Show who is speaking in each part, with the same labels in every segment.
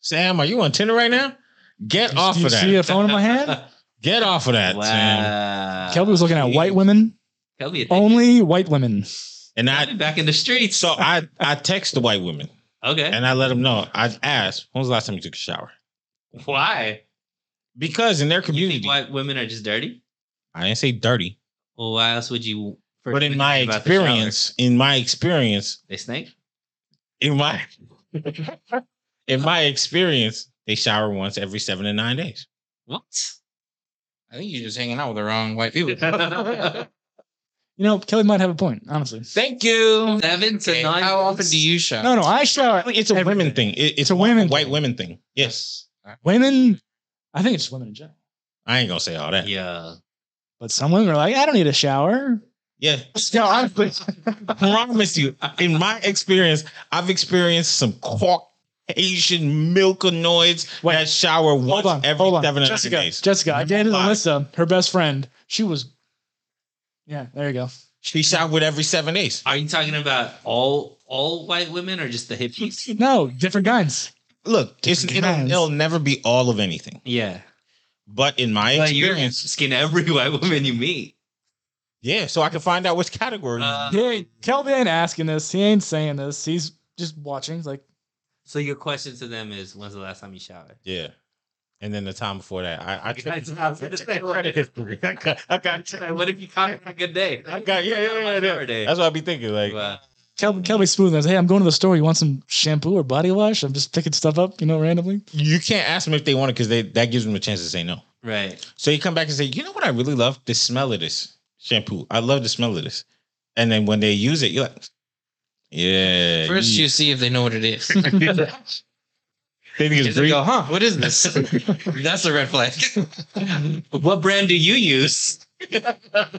Speaker 1: Sam, are you on Tinder right now? Get
Speaker 2: You-
Speaker 1: off
Speaker 2: you
Speaker 1: of
Speaker 2: See a
Speaker 1: that.
Speaker 2: phone in my hand?
Speaker 1: Get off of that, Sam.
Speaker 3: wow.
Speaker 2: Kelby was looking at white women,
Speaker 3: Kelby,
Speaker 2: only white women.
Speaker 1: And
Speaker 3: Kelby
Speaker 1: I,
Speaker 3: back in the streets.
Speaker 1: so I, I text the white women
Speaker 3: okay.
Speaker 1: and I let them know. I asked, when was the last time you took a shower?
Speaker 3: Why?
Speaker 1: Because in their
Speaker 3: You
Speaker 1: community,
Speaker 3: think white women are just dirty?
Speaker 1: I didn't say dirty,
Speaker 3: Well, why else would you? first
Speaker 1: but in
Speaker 3: think
Speaker 1: my
Speaker 3: about the shower?
Speaker 1: experience, in my experience,
Speaker 3: they snake.
Speaker 1: in my in my experience, they shower once every seven to nine days.
Speaker 3: What?
Speaker 4: I think you're just hanging out with the wrong white people.
Speaker 3: Seven
Speaker 2: You know, Kelly might have a point, honestly.
Speaker 4: Thank you.
Speaker 3: to
Speaker 4: Okay,
Speaker 3: nine.
Speaker 4: How often do you shower?
Speaker 2: No, no, I shower.
Speaker 1: It's a
Speaker 2: every
Speaker 1: women
Speaker 2: day.
Speaker 1: thing. It- it's
Speaker 2: a women
Speaker 1: white
Speaker 2: thing.
Speaker 1: women thing. Yes,
Speaker 2: Women, I think it's just women in general.
Speaker 1: I ain't gonna say all that. Yeah,
Speaker 3: Yeah.
Speaker 2: But some women are like, I don't need a shower. No, honestly.
Speaker 1: I promise you. uh, In my experience, I've experienced some Caucasian milkanoids
Speaker 2: Wait,
Speaker 1: that shower once
Speaker 2: Hold on,
Speaker 1: every
Speaker 2: hold on.
Speaker 1: seven to
Speaker 2: Jessica,
Speaker 1: nine days.
Speaker 2: Jessica, I dated
Speaker 1: Why?
Speaker 2: Alyssa, her best friend. She was, yeah, there you go.
Speaker 1: She showered every seven days.
Speaker 3: Are you talking about all all white women or just the hippies?
Speaker 2: No, different kinds.
Speaker 1: Look, it's, it'll,
Speaker 2: Guys.
Speaker 1: it'll never be all of anything.
Speaker 3: yeah.
Speaker 1: But in my
Speaker 3: But you're
Speaker 1: experience,
Speaker 3: skin every white woman you meet.
Speaker 1: yeah. So I can find out which category.
Speaker 3: Uh,
Speaker 2: Hey, Kelby ain't asking this. He ain't saying this. He's just watching. He's like,
Speaker 3: So your question to them is, when's the last time you showered?
Speaker 1: Yeah. And then the time before that, I, I took
Speaker 3: Guys, I was gonna say, what
Speaker 1: credit history. I got, I got,
Speaker 3: Like, what if you caught it on a good day?
Speaker 1: I got yeah, yeah, yeah, yeah.
Speaker 3: Shower day.
Speaker 1: That's what I be thinking. Like,
Speaker 3: Wow.
Speaker 2: Kelby, Kelby smooth. I was, hey, I'm going to the store. You want some shampoo or body wash? I'm just picking stuff up, you know, randomly.
Speaker 1: you can't ask them if they want it because they that gives them a chance to say no.
Speaker 3: Right.
Speaker 1: So you come back and say, you know what, I really love the smell of this shampoo. I love the smell of this. And then when they use it, you're like, yeah.
Speaker 4: First,
Speaker 1: you,
Speaker 4: you see if they know what it is.
Speaker 1: they think it's
Speaker 4: If they
Speaker 1: great.
Speaker 4: go, "Oh, huh? What is this? That's a red flag.
Speaker 3: What brand do you use?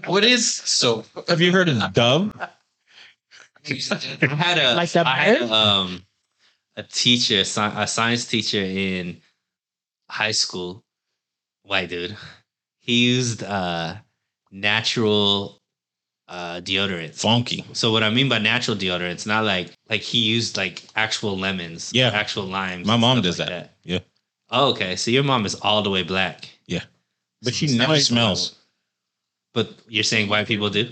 Speaker 4: what is soap?
Speaker 1: Have you heard of Dove?
Speaker 3: I had a
Speaker 2: Like that
Speaker 3: I had
Speaker 2: bear?
Speaker 3: um a teacher, a sci- a science teacher in high school, white dude. He used uh natural uh deodorants.
Speaker 1: Funky.
Speaker 3: So what I mean by natural deodorants, not like like he used like actual lemons,
Speaker 1: Yeah.
Speaker 3: actual limes.
Speaker 1: My
Speaker 3: and
Speaker 1: mom
Speaker 3: stuff
Speaker 1: does that. Yeah.
Speaker 3: Oh, okay, so your mom is all the way black,
Speaker 1: But
Speaker 3: So
Speaker 1: she
Speaker 3: it's
Speaker 1: never
Speaker 3: like-
Speaker 1: smells.
Speaker 3: but you're saying white people do?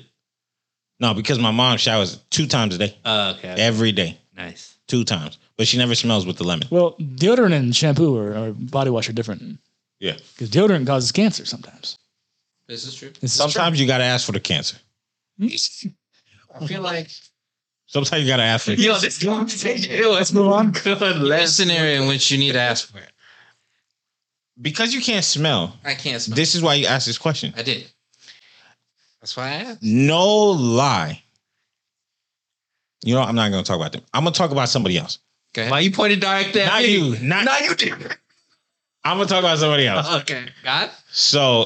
Speaker 1: No, because my mom showers two times a day,
Speaker 3: Oh, okay,
Speaker 1: every day,
Speaker 3: nice.
Speaker 1: two times. But she never smells with the lemon.
Speaker 2: Well, deodorant and shampoo or, or body wash are different.
Speaker 1: Yeah.
Speaker 2: Because deodorant causes cancer sometimes.
Speaker 4: This is true.
Speaker 2: This is
Speaker 1: Sometimes you gotta ask for the cancer.
Speaker 2: true.
Speaker 4: I feel like
Speaker 1: Sometimes you gotta ask for it.
Speaker 3: Yo, this conversation. it was
Speaker 2: Let's move on.
Speaker 3: good.
Speaker 4: there's a
Speaker 3: Let's
Speaker 4: scenario in which you need to ask for it.
Speaker 1: because you can't smell.
Speaker 4: I can't smell.
Speaker 1: This is why you asked this question.
Speaker 4: I did. That's why I asked.
Speaker 1: No lie. You know, I'm not gonna talk about them. I'm gonna talk about somebody else.
Speaker 4: Go ahead.
Speaker 3: Why you pointed direct at
Speaker 1: Not
Speaker 3: me?
Speaker 1: you. Not,
Speaker 3: Not you, dude.
Speaker 1: I'm gonna talk about somebody else.
Speaker 3: okay.
Speaker 4: God?
Speaker 1: So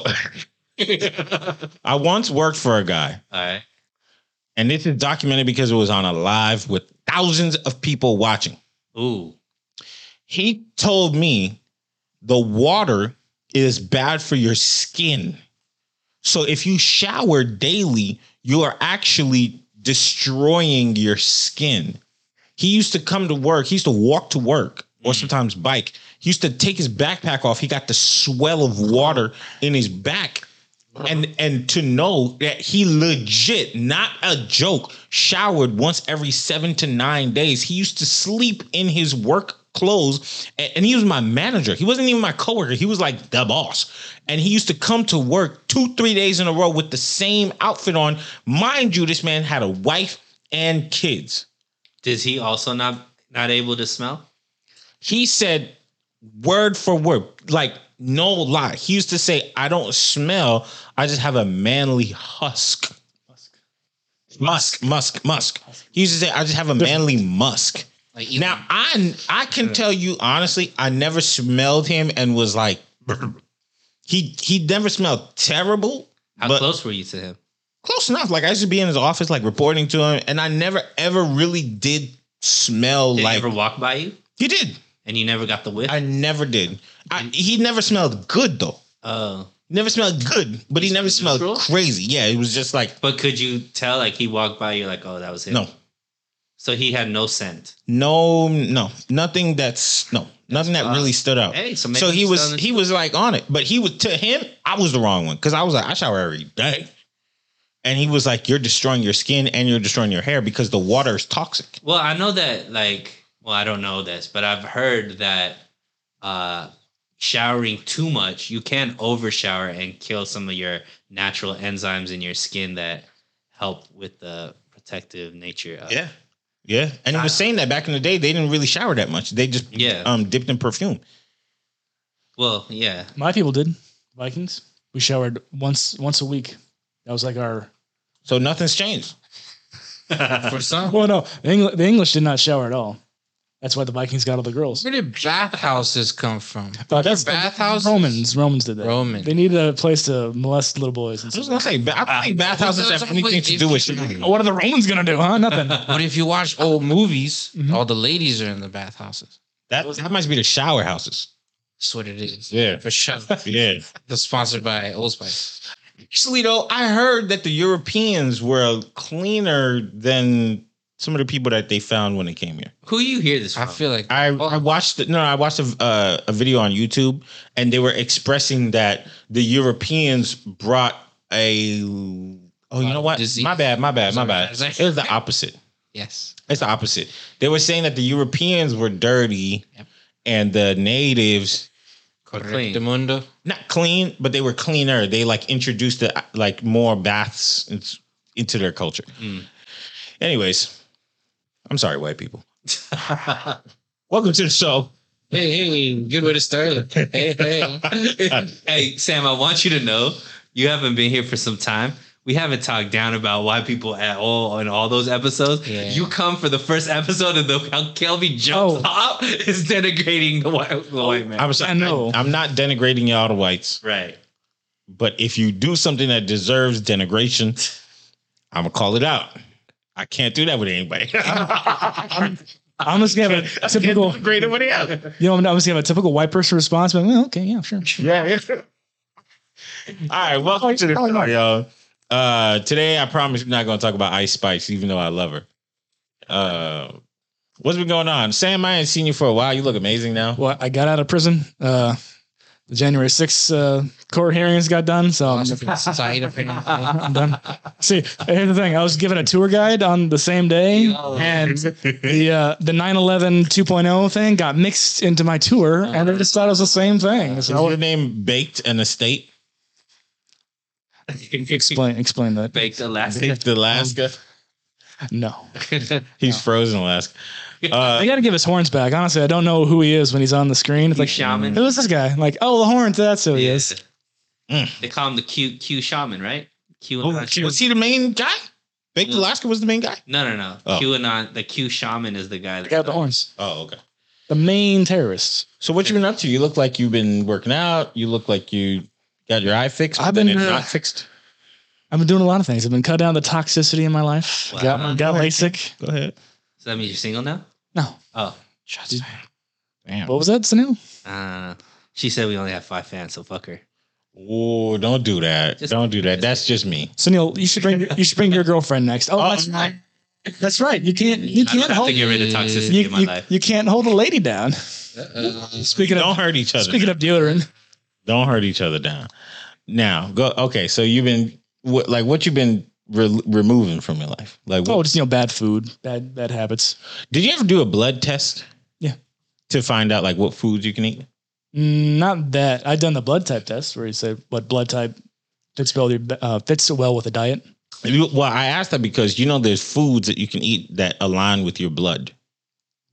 Speaker 3: All
Speaker 1: I once worked for a guy,
Speaker 3: right.
Speaker 1: and this is documented because it was on a live with thousands of people watching.
Speaker 3: Ooh.
Speaker 1: He told me the water is bad for your skin. So if you shower daily, you are actually destroying your skin. He used to come to work, he used to walk to work or
Speaker 3: Mm.
Speaker 1: sometimes bike. He used to take his backpack off. He got the swell of water in his back. Uh-huh. And and to know that he legit, not a joke, showered once every seven to nine days. He used to sleep in his work clothes. A- And he was my manager. He wasn't even my coworker. He was like the boss. And he used to come to work two, three days in a row with the same outfit on. Mind you, this man had a wife and kids.
Speaker 3: Is he also not not able to smell?
Speaker 1: he said word for word, like no lie. He used to say, I don't smell, I just have a manly husk. Musk, musk, musk. He used to say, I just have a manly musk.
Speaker 4: Like Elon.
Speaker 1: Now I I can tell you honestly, I never smelled him and was like he he never smelled terrible.
Speaker 3: How
Speaker 1: But-
Speaker 3: close were you to him?
Speaker 1: Close enough. Like I used to be in his office, like reporting to him, and I never ever really did smell
Speaker 3: Did
Speaker 1: like
Speaker 3: he ever walk by you
Speaker 1: he did.
Speaker 3: and you never got the whiff?
Speaker 1: I never did. I, he never smelled good though.
Speaker 3: oh.
Speaker 1: Never smelled good, but he never smelled
Speaker 3: Neutral?
Speaker 1: crazy. Yeah, it was just like
Speaker 3: But could you tell like he walked by you like, oh, that was him?
Speaker 1: no.
Speaker 3: So he had no scent.
Speaker 1: No, no, nothing that's no, nothing that
Speaker 3: wild.
Speaker 1: really stood out.
Speaker 3: Hey, so maybe
Speaker 1: so he
Speaker 3: he's
Speaker 1: was
Speaker 3: selling-
Speaker 1: he was like on it, but he was to him I was the wrong one because I was like I shower every day, and he was like you're destroying your skin and you're destroying your hair because the water is toxic.
Speaker 3: Well, I know that like well, I don't know this, but I've heard that uh showering too much, you can over shower and kill some of your natural enzymes in your skin that help with the protective nature of
Speaker 1: yeah. And he was saying that back in the day they didn't really shower that much. They just
Speaker 3: Yeah.
Speaker 1: um dipped in perfume.
Speaker 3: Well, yeah.
Speaker 2: My people did. Vikings. We showered once once a week. That was like our.
Speaker 1: So nothing's changed.
Speaker 4: For some
Speaker 2: Well, no, the, Engl- the English did not shower at all. That's why the Vikings got all the girls.
Speaker 4: where did bathhouses come from?
Speaker 2: Uh, that's
Speaker 4: Bathhouses?
Speaker 2: Romans. Romans did that.
Speaker 4: Roman.
Speaker 2: They needed a place to molest little boys. And
Speaker 1: I was
Speaker 2: stuff.
Speaker 1: gonna say ba- I don't think bathhouses have
Speaker 4: Exactly.
Speaker 1: anything to do with showering.
Speaker 2: what are the Romans gonna do, huh? Nothing.
Speaker 4: But if you watch old movies,
Speaker 2: Mhm.
Speaker 4: all the ladies are in the bathhouses.
Speaker 1: That that must be the shower houses.
Speaker 4: That's what it is.
Speaker 1: Yeah.
Speaker 4: For sure.
Speaker 1: Yeah.
Speaker 4: That's sponsored by Old Spice.
Speaker 1: Actually, though, I heard that the Europeans were cleaner than some of the people that they found when they came here.
Speaker 3: Who you hear this from?
Speaker 4: I feel like
Speaker 1: I, I watched it. No, I watched a, uh, a video on YouTube, and they were expressing that the Europeans brought a. Oh, you know what?
Speaker 4: Disease.
Speaker 1: My bad. My bad. My
Speaker 4: Sorry.
Speaker 1: bad. It was the opposite.
Speaker 4: yes.
Speaker 1: It's the opposite. They were saying that the Europeans were dirty,
Speaker 4: Yep.
Speaker 1: and the natives
Speaker 3: clean.
Speaker 4: Correctamundo.
Speaker 1: not clean, but they were cleaner. They like introduced the like more baths in- into their culture.
Speaker 3: Mm.
Speaker 1: Anyways, I'm sorry, white people. Welcome to the show.
Speaker 4: Hey, hey, good way to start. it. Hey, hey.
Speaker 3: hey, Sam, I want you to know you haven't been here for some time. We haven't talked down about white people at all in all those episodes.
Speaker 4: Yeah.
Speaker 3: You come for the first episode and the how Kelby
Speaker 2: Oh.
Speaker 3: jumps up is denigrating the white, the white man.
Speaker 1: I'm sorry.
Speaker 2: I know.
Speaker 1: I, am not denigrating y'all to whites,
Speaker 3: right.
Speaker 1: but if you do something that deserves denigration, I'm gonna call it out. I can't do that with anybody.
Speaker 2: I'm just gonna have a typical.
Speaker 1: Degrade anybody else.
Speaker 2: You know, I'm just gonna have a typical white person response. But well, okay, yeah, sure.
Speaker 1: Yeah. All right, welcome to the
Speaker 2: Oh,
Speaker 1: show, y'all. Uh, today, I promise we're not going to talk about Ice Spice, even though I love her. Uh, what's been going on, Sam? I ain't seen you for a while. You look amazing now.
Speaker 2: Well, I got out of prison. Uh, the January 6th uh, court hearings got done, so I'm,
Speaker 4: Side of him.
Speaker 2: I'm done. See, here's the thing: I was given a tour guide on the same day, and the uh, the 9/11 2.0 thing got mixed into my tour, and I just thought it was the same thing.
Speaker 1: Is
Speaker 2: So I would
Speaker 1: your name baked an estate?
Speaker 2: explain explain that.
Speaker 3: Baked elastic.
Speaker 1: Baked Alaska.
Speaker 2: No,
Speaker 1: He's frozen Alaska. Uh,
Speaker 2: they got to give his horns back. Honestly, I don't know who he is when he's on the screen. It's
Speaker 3: Q
Speaker 2: like,
Speaker 3: shaman.
Speaker 2: who is this guy? I'm like, oh, the horns. That's who he
Speaker 3: Yeah.
Speaker 2: is.
Speaker 1: Mm.
Speaker 3: They call him the Q Q shaman, right? Q
Speaker 1: oh, was he the main guy? Baked
Speaker 3: Mm.
Speaker 1: Alaska was the main guy.
Speaker 3: No, no, no.
Speaker 1: Oh.
Speaker 3: QAnon, the Q shaman is the
Speaker 2: The
Speaker 3: guy. that-
Speaker 2: guy with the horns.
Speaker 1: Oh, okay.
Speaker 2: The main terrorist.
Speaker 1: So what you been up to? You look like you've been working out. You look like you got your eye fixed.
Speaker 2: I've
Speaker 1: but then
Speaker 2: been,
Speaker 1: it's
Speaker 2: uh,
Speaker 1: not fixed.
Speaker 2: I've been doing a lot of things. I've been cut down the toxicity in my life.
Speaker 3: Wow.
Speaker 2: Got got LASIK.
Speaker 1: Go ahead.
Speaker 3: Does that mean you're single now?
Speaker 2: No.
Speaker 3: Oh,
Speaker 1: Shots fired. Damn.
Speaker 2: What was that, Sunil?
Speaker 3: uh, she said we only have five fans, so fuck her.
Speaker 1: Oh, don't do that.
Speaker 3: Just-
Speaker 1: don't do that. That's just me.
Speaker 2: Sunil, you should bring you should bring your girlfriend next. Oh,
Speaker 1: Oh,
Speaker 2: that's right. That's right. You can't you
Speaker 3: I don't
Speaker 2: can't
Speaker 3: have
Speaker 2: hold
Speaker 3: to
Speaker 2: you,
Speaker 3: get rid of toxicity in my
Speaker 2: you,
Speaker 3: life.
Speaker 2: you can't hold a lady down. Speaking
Speaker 1: Don't
Speaker 2: of
Speaker 1: hurt each other.
Speaker 2: speaking of deodorant,
Speaker 1: Don't hurt each other down. Now, go. Okay, so you've been what, like what you've been re- removing from your life. Like,
Speaker 2: oh,
Speaker 1: what,
Speaker 2: just you know, bad food, bad bad habits.
Speaker 1: did you ever do a blood test?
Speaker 2: Yeah.
Speaker 1: To find out like what foods you can eat.
Speaker 2: Mm, Not that I've done the blood type test where you say what blood type fits well with your- uh, fits well with a diet.
Speaker 1: You- Well, I asked that because you know there's foods that you can eat that align with your blood,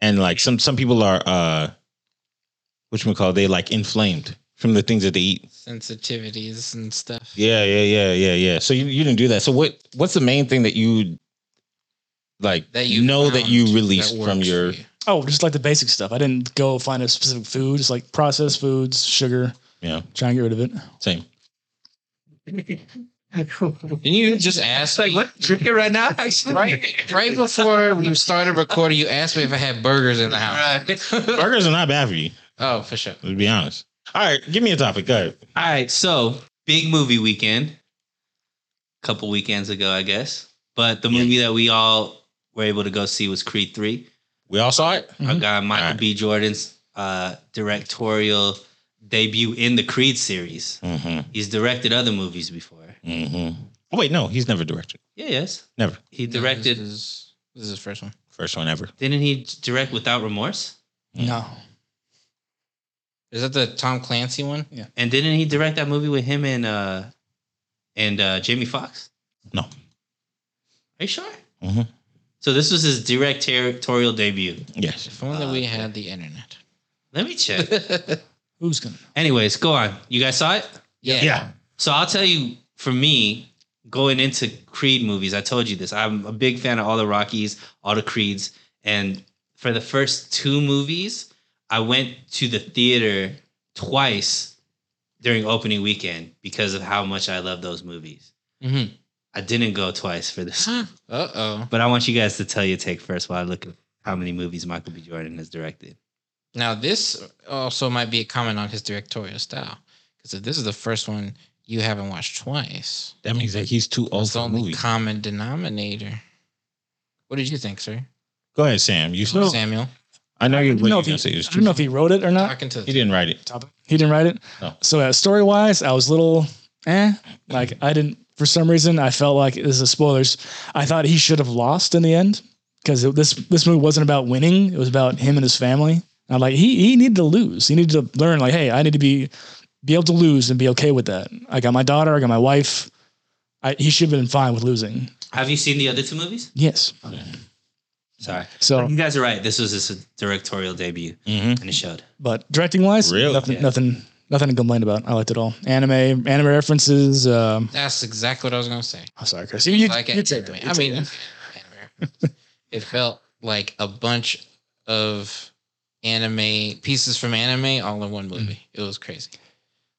Speaker 1: and like some some people are uh, what you call they like inflamed from the things that they eat.
Speaker 4: Sensitivities and stuff.
Speaker 1: Yeah, yeah, yeah, yeah, yeah. So you, you didn't do that. So what what's the main thing that you like
Speaker 4: That
Speaker 1: you
Speaker 4: you
Speaker 1: know that
Speaker 4: found
Speaker 1: you released
Speaker 4: works
Speaker 1: from
Speaker 4: for
Speaker 1: your
Speaker 4: you.
Speaker 2: Oh, just like the basic stuff. I didn't go find a specific food. Just like processed foods, sugar.
Speaker 1: Yeah.
Speaker 2: Try and get rid of it.
Speaker 1: same.
Speaker 4: Didn't you just ask like what
Speaker 3: Drinking right now, actually.
Speaker 4: right right before we started recording? You asked me if I had burgers in the house.
Speaker 3: All
Speaker 1: Burgers are not bad for you,
Speaker 4: Oh, for sure.
Speaker 1: let's be honest. All right, give me a topic. Go ahead.
Speaker 3: right, so big movie weekend, couple weekends ago, I guess. But the movie that we all were able to go see was Creed 3.
Speaker 1: We all saw it.
Speaker 3: Our
Speaker 2: Mhm.
Speaker 3: guy Michael
Speaker 1: Alright.
Speaker 3: B. Jordan's uh, directorial debut in the Creed series.
Speaker 1: Mm-hmm.
Speaker 3: He's directed other movies before.
Speaker 1: Mm-hmm. Oh wait, no, he's never directed.
Speaker 3: Yeah, yes.
Speaker 1: Never.
Speaker 3: He directed.
Speaker 4: This is, this is his first one.
Speaker 1: First one ever.
Speaker 3: Didn't he direct Without Remorse?
Speaker 2: No.
Speaker 4: Is that the Tom Clancy one?
Speaker 3: And didn't he direct that movie with him and uh and uh Jamie Foxx?
Speaker 1: No.
Speaker 3: Are you sure?
Speaker 1: Mhm.
Speaker 3: So this was his directorial debut.
Speaker 1: Yes.
Speaker 4: If only
Speaker 3: Uh,
Speaker 4: we
Speaker 3: okay.
Speaker 4: had the internet.
Speaker 3: Let me check.
Speaker 2: Who's gonna?
Speaker 3: Anyways, go on. You guys saw it?
Speaker 4: yeah.
Speaker 3: So I'll tell you, for me, going into Creed movies, I told you this. I'm a big fan of all the Rockies, all the Creeds, and for the first two movies, I went to the theater twice during opening weekend because of how much I love those movies.
Speaker 4: Mhm.
Speaker 3: I didn't go twice for this,
Speaker 4: Uh oh.
Speaker 3: but I want you guys to tell your take first while I look at how many movies Michael B. Jordan has directed.
Speaker 4: Now this also might be a comment on his directorial style, because if this is the first one you haven't watched twice,
Speaker 1: That means that he's too old
Speaker 4: it's the
Speaker 1: for the
Speaker 4: only
Speaker 1: movie.
Speaker 4: common denominator. What did you think, sir?
Speaker 1: Go ahead, Sam. You still.
Speaker 4: Samuel
Speaker 1: I know you're.
Speaker 2: I don't, know if he,
Speaker 1: Say it's
Speaker 2: I don't know if he wrote it or not.
Speaker 4: talking to
Speaker 1: He didn't write uh, it.
Speaker 2: He didn't write it.
Speaker 1: No.
Speaker 2: So uh, story wise, I was little eh. Like I didn't for some reason I felt like this is spoilers. I thought he should have lost in the end because this this movie wasn't about winning. It was about him and his family. And I'm like he he needed to lose. He needed to learn like hey I need to be be able to lose and be okay with that. I got my daughter. I got my wife. I, he should have been fine with losing.
Speaker 3: Have you seen the other two movies?
Speaker 2: Yes.
Speaker 3: Sorry.
Speaker 2: So,
Speaker 3: You guys are right. This was his directorial debut,
Speaker 1: Mm-hmm.
Speaker 3: and it showed.
Speaker 2: but directing wise,
Speaker 1: Really?
Speaker 2: nothing,
Speaker 3: Yeah.
Speaker 2: nothing, nothing to complain about. I liked it all. Anime, anime references. Um,
Speaker 4: That's exactly what I was gonna say.
Speaker 2: I'm sorry, Chris. You, you,
Speaker 4: like
Speaker 2: you
Speaker 4: an
Speaker 2: take
Speaker 4: anime.
Speaker 2: it.
Speaker 4: I mean, anime. it felt like a bunch of anime pieces from anime all in one movie. It was crazy.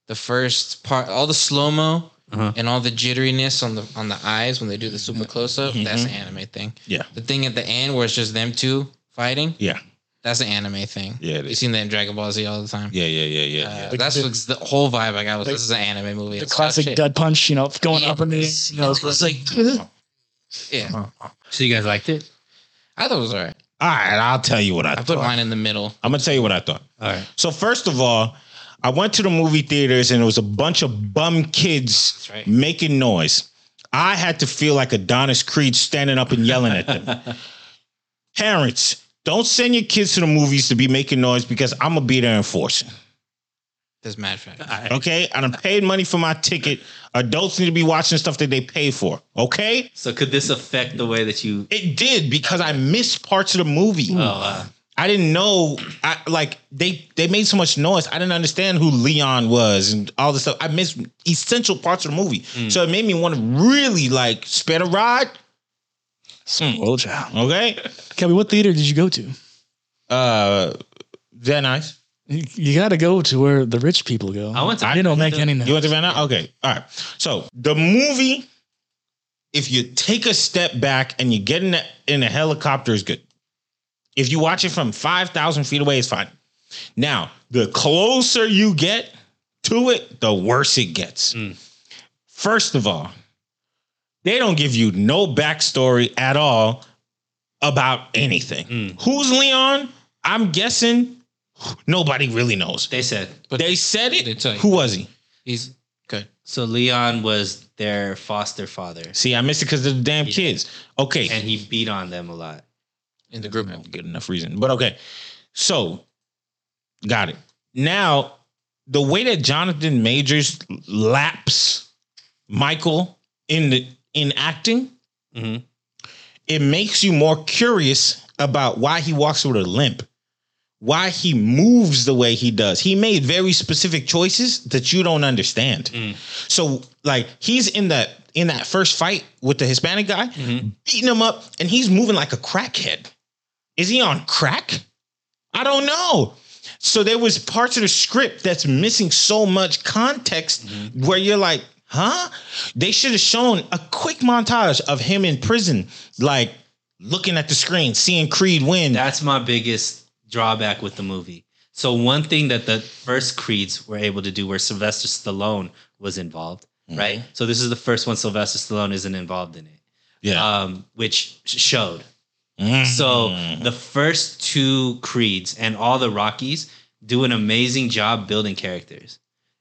Speaker 4: The first part, all the slow mo
Speaker 3: Uh-huh.
Speaker 4: and all the jitteriness on the on the eyes when they do the super close up. That's an anime thing.
Speaker 1: Yeah.
Speaker 4: The thing at the end where it's just them two fighting.
Speaker 1: Yeah.
Speaker 4: That's an anime thing.
Speaker 1: Yeah, it
Speaker 4: You
Speaker 1: is.
Speaker 4: seen that in Dragon Ball Z all the time.
Speaker 1: Yeah, yeah, yeah, yeah.
Speaker 4: Uh,
Speaker 1: yeah.
Speaker 2: Like
Speaker 4: that's
Speaker 2: the-
Speaker 4: what's the whole vibe I got was this is an anime movie.
Speaker 2: the
Speaker 4: It's
Speaker 2: classic
Speaker 4: shit.
Speaker 2: dud punch, you know, going up in the,
Speaker 4: Yes.
Speaker 2: you know,
Speaker 4: It
Speaker 2: it's
Speaker 4: was like,
Speaker 2: like,
Speaker 4: yeah,
Speaker 3: So you guys liked it?
Speaker 4: I thought it was alright.
Speaker 1: All right, I'll tell you what I,
Speaker 4: I
Speaker 1: thought.
Speaker 4: put mine in the middle.
Speaker 1: I'm gonna tell you what I thought.
Speaker 3: All right.
Speaker 1: So first of all, I went to the movie theaters and it was a bunch of bum kids
Speaker 4: That's right.
Speaker 1: making noise. I had to feel like Adonis Creed standing up and yelling at them. Parents, don't send your kids to the movies to be making noise because I'm gonna be there enforcing.
Speaker 4: This mad fact.
Speaker 3: Uh,
Speaker 1: Okay, and I'm paid money for my ticket. Adults need to be watching stuff that they pay for. Okay,
Speaker 3: So could this affect the way that you?
Speaker 1: it did because I missed parts of the movie.
Speaker 3: Oh, wow.
Speaker 1: I didn't know. I like they they made so much noise. I didn't understand who Leon was and all this stuff. I missed essential parts of the movie, so it made me want to really like spare the rod.
Speaker 2: well, child.
Speaker 1: Okay,
Speaker 2: Kelly, what theater did you go to?
Speaker 1: uh, Van Nuys.
Speaker 2: You, you got to go to where the rich people go.
Speaker 3: I went to.
Speaker 2: They don't make any
Speaker 1: You
Speaker 2: noise.
Speaker 1: went to Van Nuys. Okay, all right. So the movie, if you take a step back and you get in a, in a helicopter, is good. If you watch it from five thousand feet away, it's fine. Now, the closer you get to it, the worse it gets.
Speaker 3: Mm.
Speaker 1: First of all, they don't give you no backstory at all about anything.
Speaker 3: Mm.
Speaker 1: Who's Leon? I'm guessing nobody really knows.
Speaker 3: They said
Speaker 4: But
Speaker 1: They said
Speaker 4: They
Speaker 1: it.
Speaker 4: tell you.
Speaker 1: Who was he?
Speaker 4: he's good.
Speaker 3: so. Leon was their foster father,
Speaker 1: See, I missed it because of the damn kids. Okay.
Speaker 3: and he beat on them a lot.
Speaker 4: in the group.
Speaker 1: good enough reason. But okay. So got it. Now, the way that Jonathan Majors laps Michael in the in acting,
Speaker 3: Mhm.
Speaker 1: it makes you more curious about why he walks with a limp, why he moves the way he does. He made very specific choices that you don't understand.
Speaker 3: Mm.
Speaker 1: So like he's in that in that first fight with the Hispanic guy,
Speaker 3: Mm-hmm.
Speaker 1: beating him up, and he's moving like a crackhead. Is he on crack? I don't know. So there was parts of the script that's missing so much context where you're like, huh? They should have shown a quick montage of him in prison, like looking at the screen, seeing Creed win.
Speaker 3: That's my biggest drawback with the movie. So one thing that the first Creeds were able to do, where Sylvester Stallone was involved, right? So this is the first one Sylvester Stallone isn't involved in it,
Speaker 1: yeah.
Speaker 3: um, which sh- showed. So the first two creeds and all the Rockies do an amazing job building characters.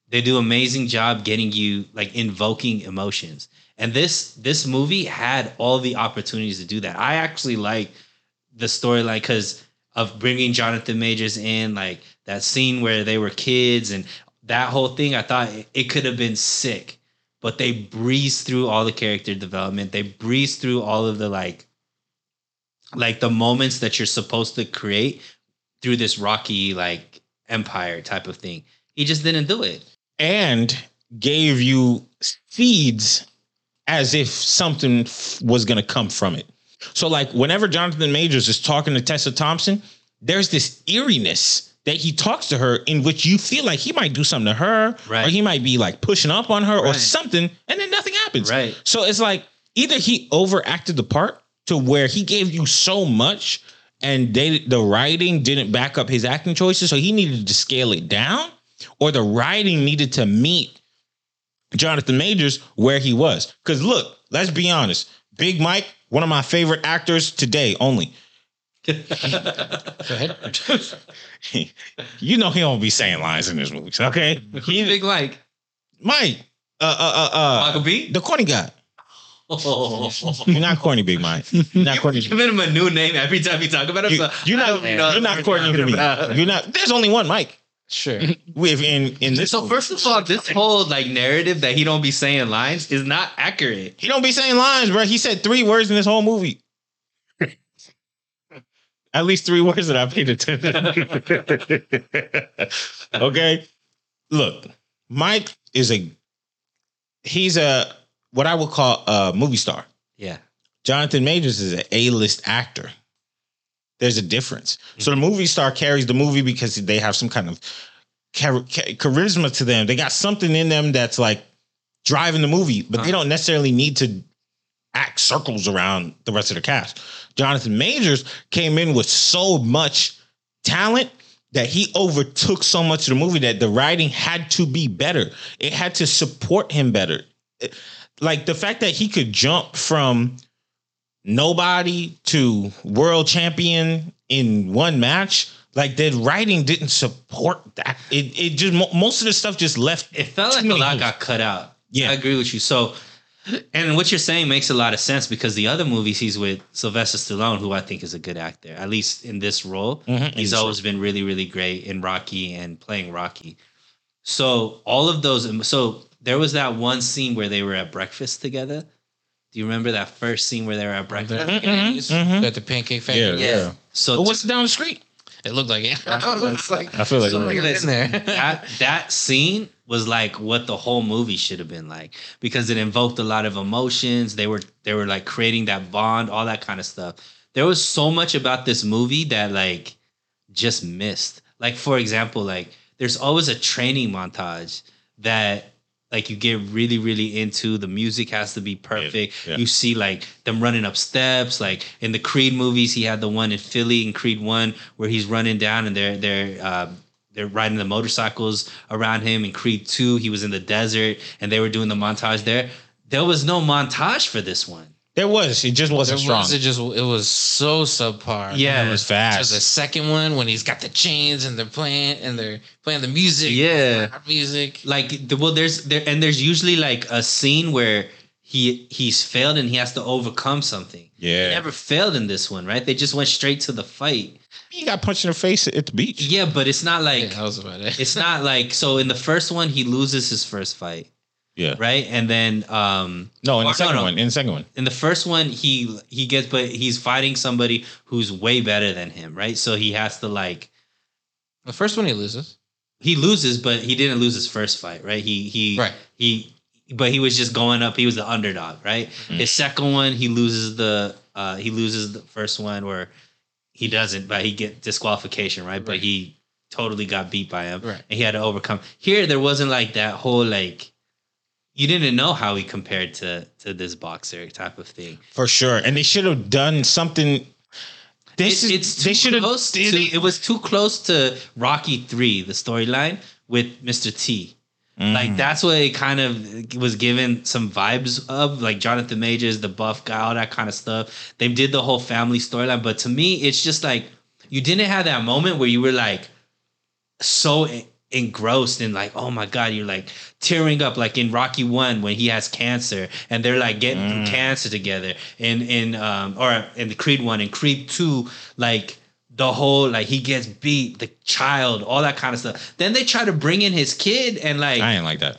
Speaker 3: They do amazing job getting you like invoking emotions. And this this movie had all the opportunities to do that. I actually like the storyline because of bringing Jonathan Majors in, like that scene where they were kids and that whole thing. I thought it- it could have been sick, but they breezed through all the character development. They breezed through all of the like like the moments that you're supposed to create through this rocky like empire type of thing. He just didn't do it.
Speaker 1: and gave you seeds as if something f- was going to come from it. So, like, whenever Jonathan Majors is talking to Tessa Thompson, there's this eeriness that he talks to her in which you feel like he might do something to her, or
Speaker 3: Right.
Speaker 1: he might be like pushing up on her or
Speaker 3: Right.
Speaker 1: something, and then nothing happens.
Speaker 3: Right.
Speaker 1: So it's like either he overacted the part to where he gave you so much and they the writing didn't back up his acting choices, so he needed to scale it down, or the writing needed to meet Jonathan Majors where he was. Cause look, let's be honest. Big Mike, one of my favorite actors today only.
Speaker 4: Go ahead.
Speaker 1: you know he don't be saying lines in his movies, okay?
Speaker 3: He big like
Speaker 1: Mike, uh uh uh uh
Speaker 3: Huckabee.
Speaker 1: the corny guy.
Speaker 3: Oh.
Speaker 1: You're not corny, Big Mike. You're not corny.
Speaker 3: Giving him a new name every time you talk about him.
Speaker 1: you,
Speaker 3: so
Speaker 1: you're not.
Speaker 3: I don't know
Speaker 1: You're
Speaker 3: what
Speaker 1: not coordinating to
Speaker 3: talking
Speaker 1: me.
Speaker 3: about.
Speaker 1: You're not. There's only one Mike.
Speaker 4: Sure.
Speaker 1: With in in this,
Speaker 3: So first of all, this whole like narrative that he don't be saying lines is not accurate.
Speaker 1: he don't be saying lines, bro. He said three words in this whole movie. At least three words that I paid attention. okay, look, Mike is a. He's a what I would call a movie star.
Speaker 3: Yeah.
Speaker 1: Jonathan Majors is an A-list actor. There's a difference. So the movie star carries the movie because they have some kind of char- cha- charisma to them. They got something in them that's like driving the movie, but they
Speaker 3: Uh-huh.
Speaker 1: don't necessarily need to act circles around the rest of the cast. Jonathan Majors came in with so much talent that he overtook so much of the movie that the writing had to be better. It had to support him better. It- Like the fact that he could jump from nobody to world champion in one match, like the writing didn't support that. It it just mo- most of the stuff just left.
Speaker 3: It felt
Speaker 1: Too
Speaker 3: like a
Speaker 1: many
Speaker 3: lot
Speaker 1: moves.
Speaker 3: got cut out.
Speaker 1: Yeah.
Speaker 3: I agree with you. So, and what you're saying makes a lot of sense because the other movies he's with Sylvester Stallone, who I think is a good actor, at least in this role,
Speaker 1: Mhm.
Speaker 3: he's always been really, really great in Rocky and playing Rocky. So all of those. So there was that one scene where they were at breakfast together. Do you remember that first scene where they were at breakfast?
Speaker 4: They're-
Speaker 3: mm-hmm.
Speaker 1: Mhm, mhm.
Speaker 4: they're At the pancake factory.
Speaker 1: Yeah.
Speaker 3: So
Speaker 1: Oh, what's down the street?
Speaker 4: It looked like it. I was like,
Speaker 1: I feel like
Speaker 4: something
Speaker 3: Look at
Speaker 4: in there.
Speaker 3: that that scene was like what the whole movie should have been like because it invoked a lot of emotions. They were they were like creating that bond, all that kind of stuff. There was so much about this movie that like just missed. Like for example, like there's always a training montage that like you get really really into the music has to be perfect
Speaker 1: Yeah, yeah.
Speaker 3: you see like them running up steps like in the creed movies he had the one in philly in creed one where he's running down and they're they're uh, they're riding the motorcycles around him in creed two he was in the desert and they were doing the montage there there was no montage for this one
Speaker 1: There was. It just
Speaker 4: There
Speaker 1: wasn't strong.
Speaker 4: was, it just it was so subpar.
Speaker 1: it
Speaker 3: yeah
Speaker 1: was
Speaker 4: There's the
Speaker 1: fast.
Speaker 4: second one when he's got the chains and they're playing and they're playing the music.
Speaker 3: yeah
Speaker 4: loud music.
Speaker 3: like the, well there's there and there's usually like a scene where he he's failed and he has to overcome something
Speaker 1: Yeah.
Speaker 3: They never failed in this one, right? They just went straight to the fight.
Speaker 1: He got punched in the face at the beach.
Speaker 3: Yeah, but it's not like
Speaker 4: yeah, that was about it.
Speaker 3: it's not like so in the first one he loses his first fight,
Speaker 1: Yeah.
Speaker 3: right? And then um
Speaker 1: No, in
Speaker 3: Or-
Speaker 1: the second
Speaker 3: no, no.
Speaker 1: one. In the second one.
Speaker 3: in the first one he he gets but he's fighting somebody who's way better than him, right? So he has to like
Speaker 4: the first one he loses.
Speaker 3: he loses, but he didn't lose his first fight, right? He he
Speaker 4: Right.
Speaker 3: he but he was just going up he was the underdog right
Speaker 1: Mhm.
Speaker 3: his second one he loses the uh he loses the first one where he doesn't but he get disqualification right, but
Speaker 4: Right.
Speaker 3: he totally got beat by him
Speaker 4: Right.
Speaker 3: and he had to overcome here there wasn't like that whole like you didn't know how he compared to to this boxer type of thing
Speaker 1: For sure. And they should have done something. This is
Speaker 3: it, it's too
Speaker 1: they should have
Speaker 3: close to, it was too close to Rocky 3 the storyline with Mr. T
Speaker 1: Mm.
Speaker 3: Like that's what it kind of was given some vibes of, like Jonathan Majors, the buff guy, all that kind of stuff. They did the whole family storyline, but to me, it's just like you didn't have that moment where you were like so en- engrossed in like, oh my god, you're like tearing up, like in Rocky One when he has cancer and they're like getting
Speaker 1: Mm.
Speaker 3: through cancer together, in in um or in the Creed One and Creed Two, like the whole like he gets beat, the child, all that kind of stuff. Then they try to bring in his kid and like
Speaker 1: I
Speaker 3: I,
Speaker 1: ain't like that.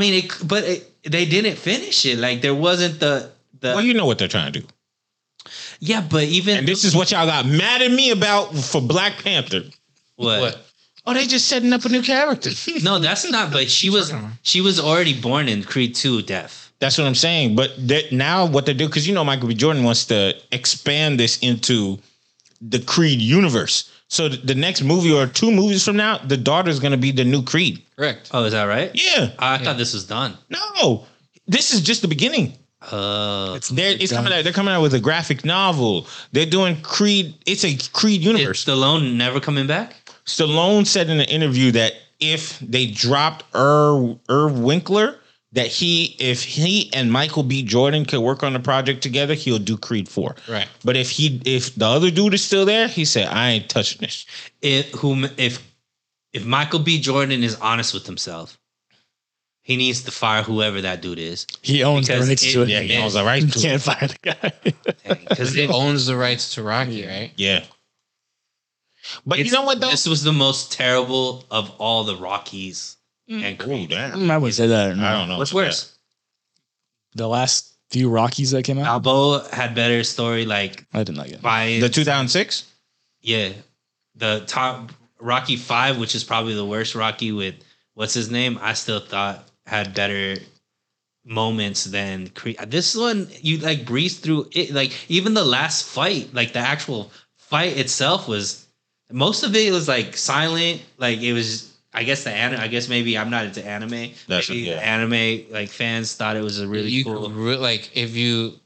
Speaker 3: mean, it, but it, they didn't finish it. Like there wasn't the the
Speaker 1: Well, you know what they're trying to do.
Speaker 3: yeah, but even
Speaker 1: And this is what y'all got mad at me about for Black Panther.
Speaker 3: what?
Speaker 4: What?
Speaker 1: Oh, they just setting up a new character.
Speaker 3: No, that's not. But she was she was already born in Creed Two, deaf.
Speaker 1: That's what I'm saying. But that now what they do, because you know Michael B. Jordan wants to expand this into the Creed universe. So th- the next movie or two movies from now, the daughter's gonna be the new Creed.
Speaker 4: Correct.
Speaker 3: Oh, is that right?
Speaker 1: Yeah.
Speaker 3: I thought this was done.
Speaker 1: No. This is just the beginning.
Speaker 3: Oh,
Speaker 2: It's,
Speaker 1: They're it's coming out. They're coming out with a graphic novel. They're doing Creed. It's a Creed
Speaker 3: is
Speaker 1: universe.
Speaker 3: Stallone never coming back?
Speaker 1: Stallone said in an interview that if they dropped Irv, Irv Winkler, that he, if he and Michael B. Jordan could work on the project together, he'll do Creed Four.
Speaker 4: Right.
Speaker 1: But if he, if the other dude is still there, he said, "I ain't touching this."
Speaker 3: If whom if if Michael B. Jordan is honest with himself, he needs to fire whoever that dude is.
Speaker 2: he owns the
Speaker 3: Because
Speaker 2: rights
Speaker 3: it-
Speaker 2: to it.
Speaker 1: Yeah, he
Speaker 3: Yeah.
Speaker 1: was all right.
Speaker 2: You
Speaker 1: to it.
Speaker 2: can't fire the guy.
Speaker 3: Because
Speaker 4: He owns the rights to Rocky, right?
Speaker 1: Yeah. But you
Speaker 3: It's-
Speaker 1: know what though?
Speaker 3: This was the most terrible of all the Rockies and
Speaker 1: Ooh,
Speaker 3: Creed.
Speaker 1: damn.
Speaker 2: I wouldn't say that.
Speaker 1: I don't know.
Speaker 3: What's worse?
Speaker 2: The last few Rockies that came out,
Speaker 3: Balboa had better story, like
Speaker 2: I didn't like it.
Speaker 3: by
Speaker 1: The 2006.
Speaker 3: yeah, the top Rocky Five, which is probably the worst Rocky with what's his name. I still thought had better moments than Creed. This one you like breeze through it. Like even the last fight, like the actual fight itself was most of it was like silent. Like it was. I guess the anime. I guess maybe I'm not into anime.
Speaker 1: That's-
Speaker 3: maybe
Speaker 1: yeah.
Speaker 3: Anime like fans thought it was a really
Speaker 4: you
Speaker 3: cool.
Speaker 4: could re- like if you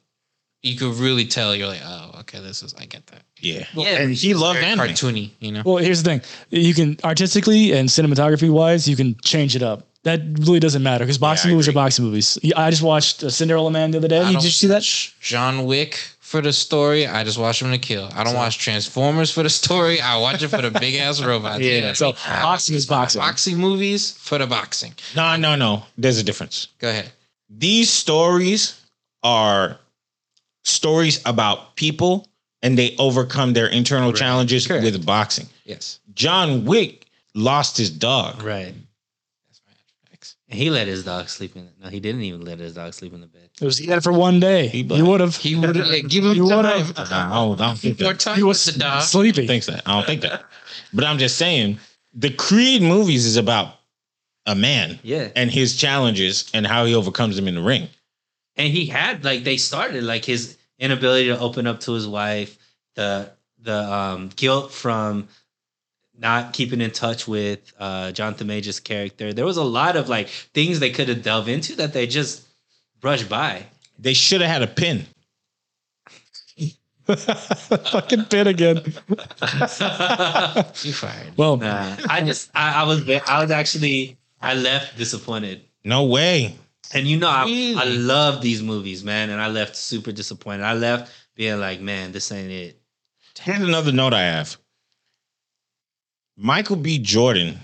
Speaker 4: you could really tell you're like, oh, okay, this is I get that.
Speaker 1: Yeah.
Speaker 3: Yeah,
Speaker 1: and he loved
Speaker 4: Very
Speaker 1: anime.
Speaker 4: cartoony, you know.
Speaker 2: Well, here's the thing: you can artistically and cinematography wise, you can change it up. That really doesn't matter because boxing
Speaker 1: I
Speaker 2: movies are
Speaker 1: agree.
Speaker 2: boxing movies. Yeah, I just watched uh, Cinderella Man the other day.
Speaker 4: I
Speaker 2: You-
Speaker 4: don't
Speaker 2: Did you see that?
Speaker 4: watch John Wick for the story? I just watch him to kill. I don't watch Transformers for the story. I watch it for the big ass robots. You know what I
Speaker 2: So
Speaker 4: mean?
Speaker 2: boxing is boxing.
Speaker 4: boxing movies for the boxing.
Speaker 1: No, no, no. There's a difference.
Speaker 4: Go ahead.
Speaker 1: these stories are stories about people and they overcome their internal challenges
Speaker 4: Correct.
Speaker 1: with boxing.
Speaker 4: Yes.
Speaker 1: John Wick lost his dog.
Speaker 3: Right.
Speaker 4: That's my facts.
Speaker 3: And he let his dog sleep in. No, he didn't even let his dog sleep in the bed.
Speaker 2: It was he had it for one day.
Speaker 1: He
Speaker 2: He,
Speaker 1: black.
Speaker 2: would have.
Speaker 4: He would have give him
Speaker 2: uh, You wanna-
Speaker 4: time.
Speaker 1: Nah, I don't, I don't think
Speaker 4: More
Speaker 1: that.
Speaker 4: time.
Speaker 2: He was
Speaker 4: with the dog.
Speaker 1: I don't
Speaker 2: sleepy.
Speaker 1: think that. I don't think that. But I'm just saying, the Creed movies is about a man
Speaker 3: Yeah.
Speaker 1: and his challenges and how he overcomes them in the ring.
Speaker 3: and he had like they started like his inability to open up to his wife the the um guilt from not keeping in touch with uh jonathan major's character there was a lot of like things they could have delved into that they just brushed by
Speaker 1: They should have had a pin.
Speaker 2: Fucking pin again.
Speaker 3: nah,
Speaker 4: You fired.
Speaker 2: Well,
Speaker 3: i just I, I was i was actually i left disappointed
Speaker 1: No way.
Speaker 3: And you know, I,
Speaker 4: Really?
Speaker 3: I love these movies, man. And I left super disappointed. I left being like, man, this ain't it.
Speaker 1: Here's another note I have. Michael B. Jordan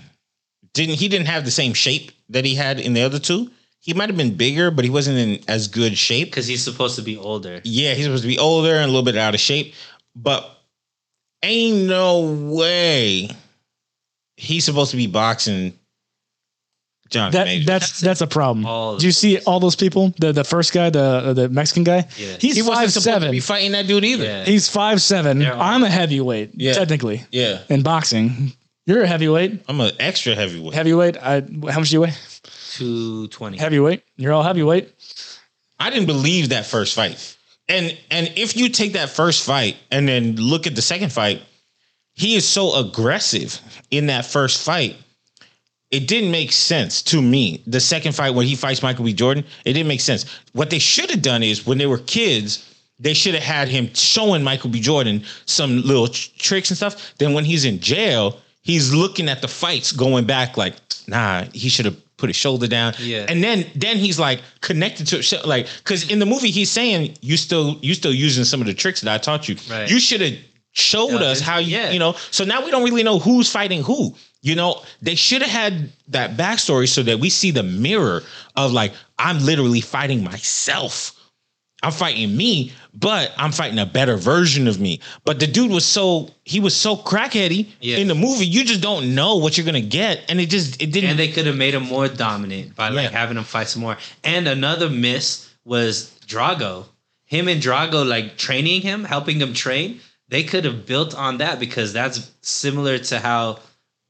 Speaker 1: didn't he didn't have the same shape that he had in the other two. He might have been bigger, but he wasn't in as good shape.
Speaker 3: Because he's supposed to be older.
Speaker 1: Yeah, he's supposed to be older and a little bit out of shape, but ain't no way he's supposed to be boxing Jonathan
Speaker 2: that
Speaker 1: Majors.
Speaker 2: that's that's a problem.
Speaker 3: All
Speaker 2: Do you see all those people? The the first guy, the uh, the Mexican guy.
Speaker 3: Yeah.
Speaker 2: He's
Speaker 1: he wasn't
Speaker 2: five
Speaker 1: supposed to
Speaker 2: seven.
Speaker 1: be fighting that dude either.
Speaker 3: Yeah.
Speaker 2: He's five seven.
Speaker 3: Yeah.
Speaker 2: I'm a heavyweight
Speaker 1: Yeah.
Speaker 2: technically
Speaker 1: Yeah.
Speaker 2: in boxing. You're a heavyweight.
Speaker 1: I'm an extra heavyweight.
Speaker 2: Heavyweight. I how much do you weigh?
Speaker 3: 220.
Speaker 2: Heavyweight. You're all heavyweight.
Speaker 1: I didn't believe that first fight. And and if you take that first fight and then look at the second fight, he is so aggressive in that first fight. It didn't make sense to me. The second fight when he fights Michael B. Jordan, it didn't make sense. What they should have done is when they were kids, they should have had him showing Michael B. Jordan some little tr- tricks and stuff. Then when he's in jail, he's looking at the fights going back like, nah, he should have put his shoulder down.
Speaker 3: Yeah.
Speaker 1: And then then he's like connected to so, like because in the movie he's saying you still you still using some of the tricks that I taught you.
Speaker 3: Right.
Speaker 1: You should have showed
Speaker 3: Yeah,
Speaker 1: us how you
Speaker 3: yeah.
Speaker 1: you know. So now we don't really know who's fighting who. You know they should have had that backstory so that we see the mirror of like I'm literally fighting myself. I'm fighting me, but I'm fighting a better version of me. But the dude was so he was so crackheady
Speaker 3: Yeah.
Speaker 1: in the movie. You just don't know what you're gonna get, and it just it didn't.
Speaker 3: and they could have made him more dominant by like
Speaker 1: Yeah.
Speaker 3: having him fight some more. And another miss was Drago. Him and Drago like training him, helping him train. They could have built on that because that's similar to how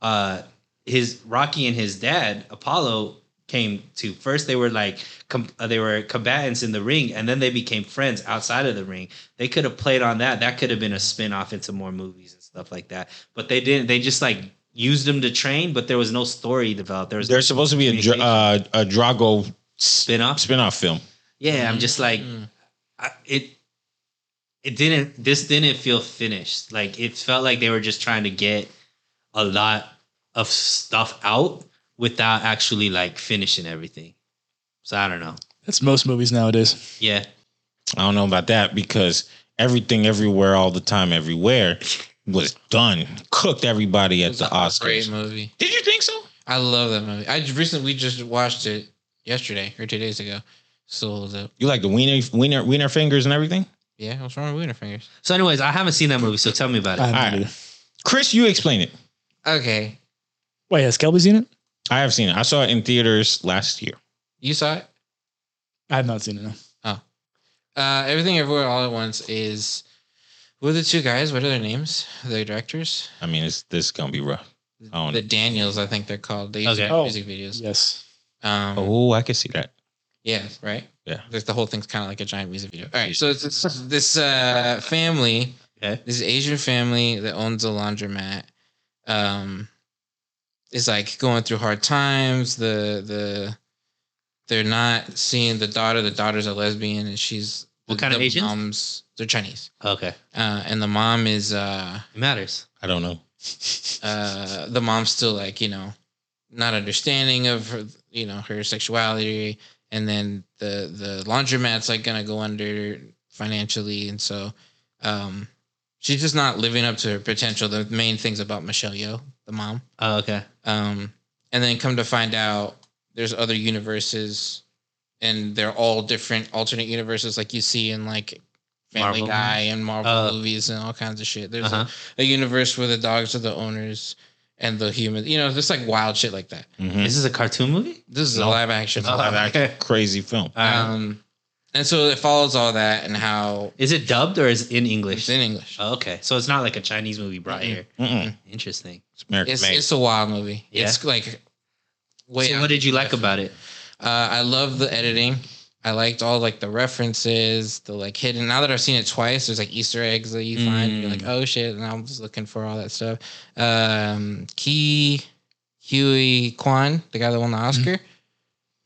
Speaker 3: uh his Rocky and his dad Apollo came to. First they were like com- uh, they were combatants in the ring and then they became friends outside of the ring. They could have played on that. That could have been a spin-off into more movies and stuff like that. But they didn't. They just like used them to train, but there was no story developed. There was
Speaker 1: There's supposed to be a Dra- uh, a Drago spin
Speaker 3: spin-off.
Speaker 1: spinoff film.
Speaker 3: Yeah, I'm just like
Speaker 2: Mm,
Speaker 3: I, it it didn't this didn't feel finished. Like it felt like they were just trying to get a lot of stuff out without actually like finishing everything. So I don't know.
Speaker 2: That's most movies nowadays.
Speaker 3: Yeah.
Speaker 1: I don't know about that because everything, everywhere, all the time, everywhere was done, cooked everybody at
Speaker 4: It's
Speaker 1: the
Speaker 4: a
Speaker 1: Oscars.
Speaker 4: Great movie.
Speaker 1: Did you think so?
Speaker 4: I love that movie. I j- recently we just watched it yesterday or two days ago. Still holds up.
Speaker 1: You like the wiener wiener wiener fingers and everything?
Speaker 4: Yeah, what's wrong with Wienerfingers?
Speaker 3: So anyways, I haven't seen that movie, so tell me about it.
Speaker 4: Uh,
Speaker 2: I haven't
Speaker 1: Alright.
Speaker 2: either.
Speaker 1: Chris, you explain it.
Speaker 4: Okay,
Speaker 2: Wait, has Kelby seen it?
Speaker 1: I have seen it. I saw it in theaters last year.
Speaker 4: you saw it.
Speaker 2: I have not seen it. No.
Speaker 4: Uh, Everything Everywhere All at Once is. Who are the two guys? What are their names? The directors?
Speaker 1: I mean, it's this is gonna be rough. Oh,
Speaker 4: The Daniels, I think they're called. They used to
Speaker 3: Okay.
Speaker 4: do
Speaker 2: Oh.
Speaker 4: music videos.
Speaker 2: Yes.
Speaker 4: Um,
Speaker 1: oh, I can see that.
Speaker 4: Yeah, right?
Speaker 1: Yeah.
Speaker 4: Like the whole thing's kind of like a giant music video. All right. So it's, it's this uh, family,
Speaker 3: Okay.
Speaker 4: this Asian family that owns a laundromat, um, is like going through hard times. The the they're not seeing the daughter. The daughter's a lesbian, and she's
Speaker 3: What kind of
Speaker 4: the
Speaker 3: Asians?
Speaker 4: Mom's, they're Chinese,
Speaker 3: Okay.
Speaker 4: uh, and the mom is uh,
Speaker 3: It matters.
Speaker 1: I don't know.
Speaker 4: uh, the mom's still like you know not understanding of her, you know her sexuality and then the the laundromat's like gonna go under financially and so um she's just not living up to her potential the main things about michelle yo the mom
Speaker 3: Oh, okay.
Speaker 4: um and then come to find out there's other universes and they're all different alternate universes like you see in like family
Speaker 3: Marvel.
Speaker 4: guy and marvel
Speaker 3: Uh,
Speaker 4: movies and all kinds of shit there's a
Speaker 3: Uh-huh.
Speaker 4: a universe where the dogs are the owners and the humans. You know, just like wild shit like that.
Speaker 1: Mhm.
Speaker 3: This is a cartoon movie?
Speaker 4: This is
Speaker 3: No.
Speaker 4: Hmm. a live action.
Speaker 3: Oh, okay.
Speaker 1: Crazy film.
Speaker 3: All right.
Speaker 4: Um, and so it follows all that and how
Speaker 3: is it dubbed or is it in
Speaker 4: it's
Speaker 3: English?
Speaker 4: in English.
Speaker 3: Oh, okay. So it's not like a Chinese movie brought
Speaker 4: Mm-mm.
Speaker 3: here.
Speaker 1: Mm-mm.
Speaker 3: Interesting.
Speaker 1: It's American
Speaker 4: It's
Speaker 1: made.
Speaker 4: it's a wild movie.
Speaker 3: Yeah.
Speaker 4: It's like wait.
Speaker 3: Wait, so what did you like about it?
Speaker 4: Uh, I love the editing. I liked all like the references, the like hidden. Now that I've seen it twice, there's like Easter eggs that you find. And you're
Speaker 1: Mm.
Speaker 4: like, oh shit! And I'm just looking for all that stuff. Um, Key Huey Kwan, the guy that won the
Speaker 1: Mm-hmm.
Speaker 4: Oscar,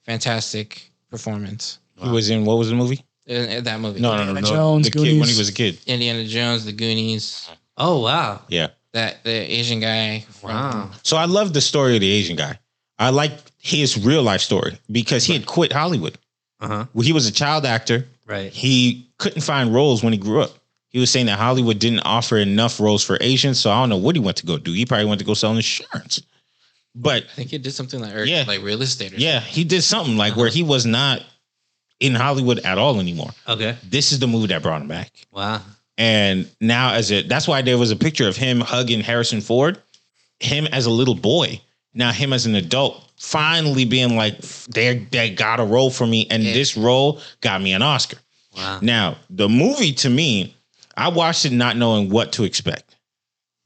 Speaker 4: fantastic performance
Speaker 1: He was in what was the movie?
Speaker 4: in, in that movie.
Speaker 1: No, no, no, no.
Speaker 2: Indiana Jones,
Speaker 1: the kid when he
Speaker 2: Goonies.
Speaker 1: was a kid.
Speaker 4: Indiana Jones, The Goonies,
Speaker 3: Oh wow.
Speaker 4: that the Asian guy. from-
Speaker 3: Wow.
Speaker 1: So I love the story of the Asian guy. I like his real life story because he had quit Hollywood.
Speaker 3: Uh-huh.
Speaker 1: Well, He was a child actor.
Speaker 3: Right.
Speaker 1: He couldn't find roles when he grew up. He was saying that Hollywood didn't offer enough roles for Asians. So I don't know what he went to go do. He probably went to go sell insurance. But
Speaker 4: I think he did something like, or,
Speaker 1: Yeah.
Speaker 4: like real estate. Or
Speaker 1: yeah, he did something like where he was not in Hollywood at all anymore.
Speaker 3: Okay.
Speaker 1: This is the movie that brought him back.
Speaker 3: Wow.
Speaker 1: And now, as it, that's why there was a picture of him hugging Harrison Ford, him as a little boy. Now, him as an adult, finally being like, they they got a role for me, and
Speaker 4: Yeah.
Speaker 1: this role got me an Oscar.
Speaker 3: Wow.
Speaker 1: Now, the movie to me, I watched it not knowing what to expect,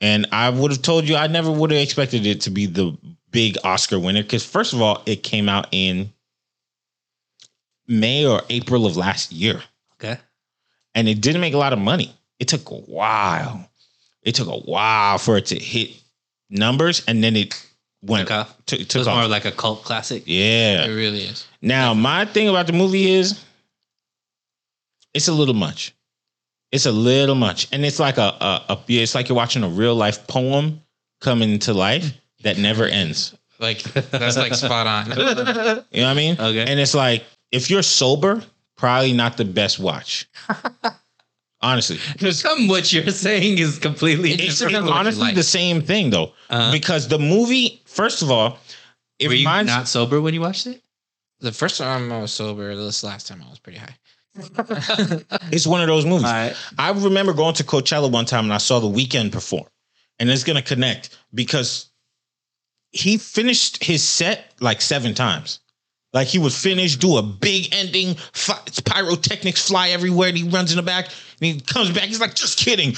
Speaker 1: and I would have told you I never would have expected it to be the big Oscar winner because first of all, it came out in May or April of last year
Speaker 3: Okay.
Speaker 1: and it didn't make a lot of money. It took a while. It took a while for it to hit numbers, and then it went
Speaker 3: Took off.
Speaker 1: took-
Speaker 3: So
Speaker 1: took
Speaker 3: it's more
Speaker 1: off.
Speaker 3: like a cult classic.
Speaker 4: It
Speaker 1: yeah.
Speaker 4: really is.
Speaker 1: Now my thing about the movie is, it's a little much. It's a little much, and it's like a, a, a yeah, it's like you're watching a real life poem come into life that never ends.
Speaker 4: Like that's like spot on.
Speaker 3: okay.
Speaker 1: You know what I mean? And it's like, if you're sober, probably not the best watch. honestly,
Speaker 3: Some what you're saying is completely
Speaker 1: it's
Speaker 3: different.
Speaker 4: remember what you
Speaker 1: honestly
Speaker 4: like.
Speaker 1: the same thing though,
Speaker 3: Uh-huh.
Speaker 1: because the movie, first of all, it
Speaker 3: Were you
Speaker 1: reminds.
Speaker 3: not sober when you watched it?
Speaker 4: The first time I was sober, this last time I was pretty high.
Speaker 1: it's one of those movies.
Speaker 3: right.
Speaker 1: I remember going to Coachella one time and I saw the weekend perform, and it's gonna connect because he finished his set like seven times. Like he would finish, do a big ending, fi- pyrotechnics fly everywhere, and he runs in the back, and he comes back. He's like, "Just kidding."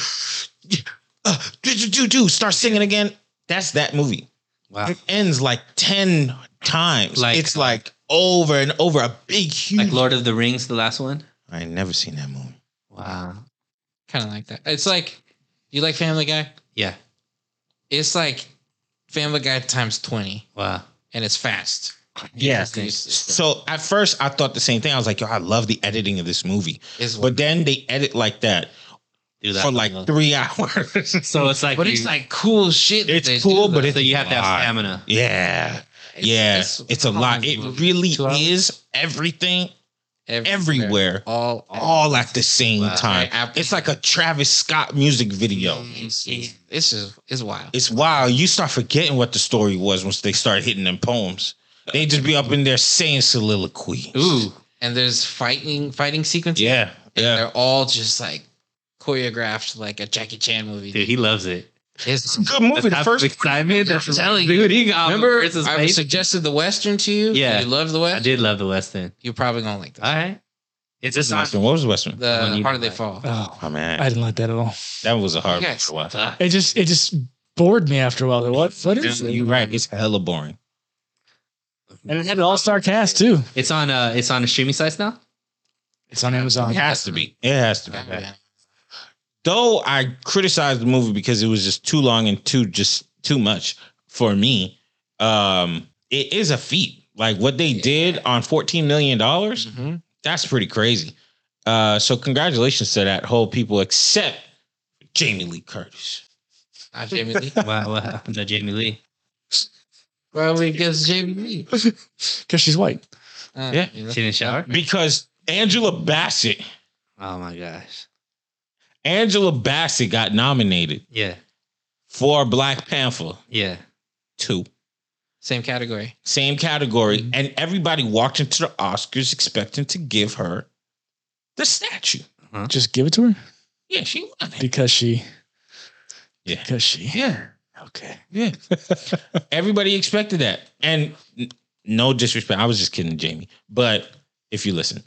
Speaker 1: Uh, do do do do. Start singing again. That's that movie.
Speaker 3: Wow.
Speaker 1: It ends like ten times.
Speaker 3: Like-
Speaker 1: it's like over and over. A big huge.
Speaker 3: Like Lord of the Rings, the last one.
Speaker 1: I ain't never seen that movie.
Speaker 3: Wow.
Speaker 4: Kind of like that. It's like you like Family Guy.
Speaker 3: Yeah.
Speaker 4: It's like Family Guy times twenty,
Speaker 3: Wow.
Speaker 4: and it's fast. it's,
Speaker 1: So at first I thought the same thing. I was like, yo, I love the editing of this movie.
Speaker 4: it's
Speaker 1: But then they edit like that
Speaker 3: Do
Speaker 1: for like three hours.
Speaker 3: so it's like
Speaker 4: but it's like cool shit. that
Speaker 1: It's
Speaker 4: they
Speaker 1: cool,
Speaker 4: do,
Speaker 1: but
Speaker 4: though.
Speaker 1: it's
Speaker 3: so you have to have
Speaker 1: Wow.
Speaker 3: stamina.
Speaker 1: yeah. Yeah. It's, a lot. It really
Speaker 4: Two hours?
Speaker 1: is everything
Speaker 4: Everywhere.
Speaker 1: everywhere. Oh,
Speaker 4: All
Speaker 1: All at the same
Speaker 3: Wow.
Speaker 1: time.
Speaker 4: Right.
Speaker 1: It's like a Travis Scott music video.
Speaker 4: It's, it's, it's just it's wild.
Speaker 1: It's wild. You start forgetting what the story was once they start hitting them poems. They just be up in there saying soliloquy.
Speaker 4: Ooh, and there's fighting fighting sequences.
Speaker 1: Yeah. Yeah.
Speaker 4: They're all just like choreographed like a Jackie Chan movie.
Speaker 3: Dude, he loves it.
Speaker 4: It's-
Speaker 1: Good movie. The
Speaker 3: That's
Speaker 1: first
Speaker 3: excitement.
Speaker 4: I'm
Speaker 3: That's
Speaker 4: telling you.
Speaker 3: dude. He got
Speaker 4: remember,
Speaker 3: It's his
Speaker 4: I
Speaker 3: face.
Speaker 4: suggested the Western to you.
Speaker 3: Yeah.
Speaker 4: you love the
Speaker 3: I
Speaker 4: West.
Speaker 3: did love the West End.
Speaker 4: You're probably gonna like that.
Speaker 3: All right. It's just on.
Speaker 1: Western. What was the Western?
Speaker 3: One
Speaker 4: The
Speaker 3: you
Speaker 4: Harder
Speaker 3: don't
Speaker 4: They
Speaker 3: like.
Speaker 4: Fall.
Speaker 2: Oh,
Speaker 1: Oh man.
Speaker 2: I didn't like that at all.
Speaker 1: That was a hard
Speaker 4: You
Speaker 1: one
Speaker 4: guys
Speaker 1: to watch.
Speaker 3: uh,
Speaker 4: suck.
Speaker 2: It just it just bored me after a while. What what is it?
Speaker 1: You're right. It's hella boring.
Speaker 2: And it had an all star cast too.
Speaker 3: It's on. Uh, it's on the streaming sites now.
Speaker 2: It's on Amazon.
Speaker 1: It has to be. It has to be.
Speaker 4: Yeah.
Speaker 1: Though I criticized the movie because it was just too long and too just too much for me. Um, it is a feat. Like what they did on fourteen million dollars,
Speaker 4: Mhm.
Speaker 1: that's pretty crazy. Uh, so congratulations to that whole people except Jamie Lee Curtis.
Speaker 4: Not Jamie Lee.
Speaker 3: wow, what happened to Jamie Lee?
Speaker 4: Probably against Jamie Lee.
Speaker 2: Because she's white.
Speaker 4: Uh,
Speaker 1: Yeah.
Speaker 4: you know.
Speaker 3: She didn't shower.
Speaker 1: Because Angela Bassett,
Speaker 3: Oh my gosh.
Speaker 1: Angela Bassett got nominated
Speaker 3: Yeah.
Speaker 1: for Black Panther
Speaker 3: Yeah.
Speaker 1: two.
Speaker 4: Same category.
Speaker 1: same category, and everybody walked into the Oscars expecting to give her the statue.
Speaker 2: Just give it to her
Speaker 1: Yeah, she won it.
Speaker 2: because she.
Speaker 1: Yeah.
Speaker 2: Because she.
Speaker 1: Yeah,
Speaker 2: Okay.
Speaker 1: yeah. everybody expected that, and n- no disrespect, I was just kidding, Jamie. But if you listen,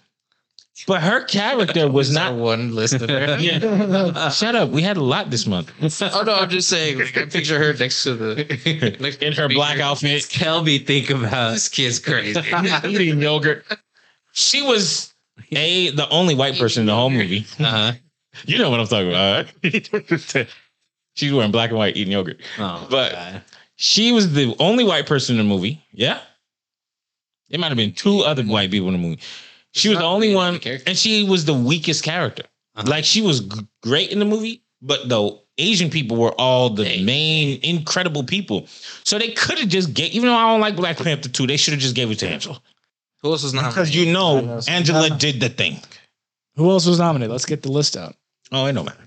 Speaker 1: but her character was
Speaker 4: Is there
Speaker 1: not.
Speaker 4: one listener.
Speaker 1: Yeah, shut up. We had a lot this month
Speaker 4: oh no, I'm just saying. Like, I picture her next to the next
Speaker 1: in her black outfit.
Speaker 3: Tell me, think about.
Speaker 4: This kid's crazy.
Speaker 3: Uh-huh.
Speaker 1: eating yogurt. She was a the only white person in the whole movie.
Speaker 3: Uh huh.
Speaker 1: You know what I'm talking about. all right? She's wearing black and white, eating yogurt.
Speaker 3: Oh,
Speaker 1: But-
Speaker 3: God.
Speaker 1: She was the only white person in the movie. Yeah. There might have been two other white people in the movie. She was Mm-hmm. the only one,
Speaker 4: Character.
Speaker 1: and she was the weakest character.
Speaker 3: Uh-huh.
Speaker 1: Like she was g- great in the movie, but the Asian people were all the
Speaker 4: Hey.
Speaker 1: main incredible people. So they could have just gave, even though I don't like Black Panther 2, they should have just gave it to Angela.
Speaker 4: Who else was not?
Speaker 1: Because you
Speaker 2: I know,
Speaker 1: know,
Speaker 2: so-
Speaker 1: Angela
Speaker 2: No.
Speaker 1: did the thing.
Speaker 2: Who else was nominated? Let's get the list out.
Speaker 1: Oh, it don't matter.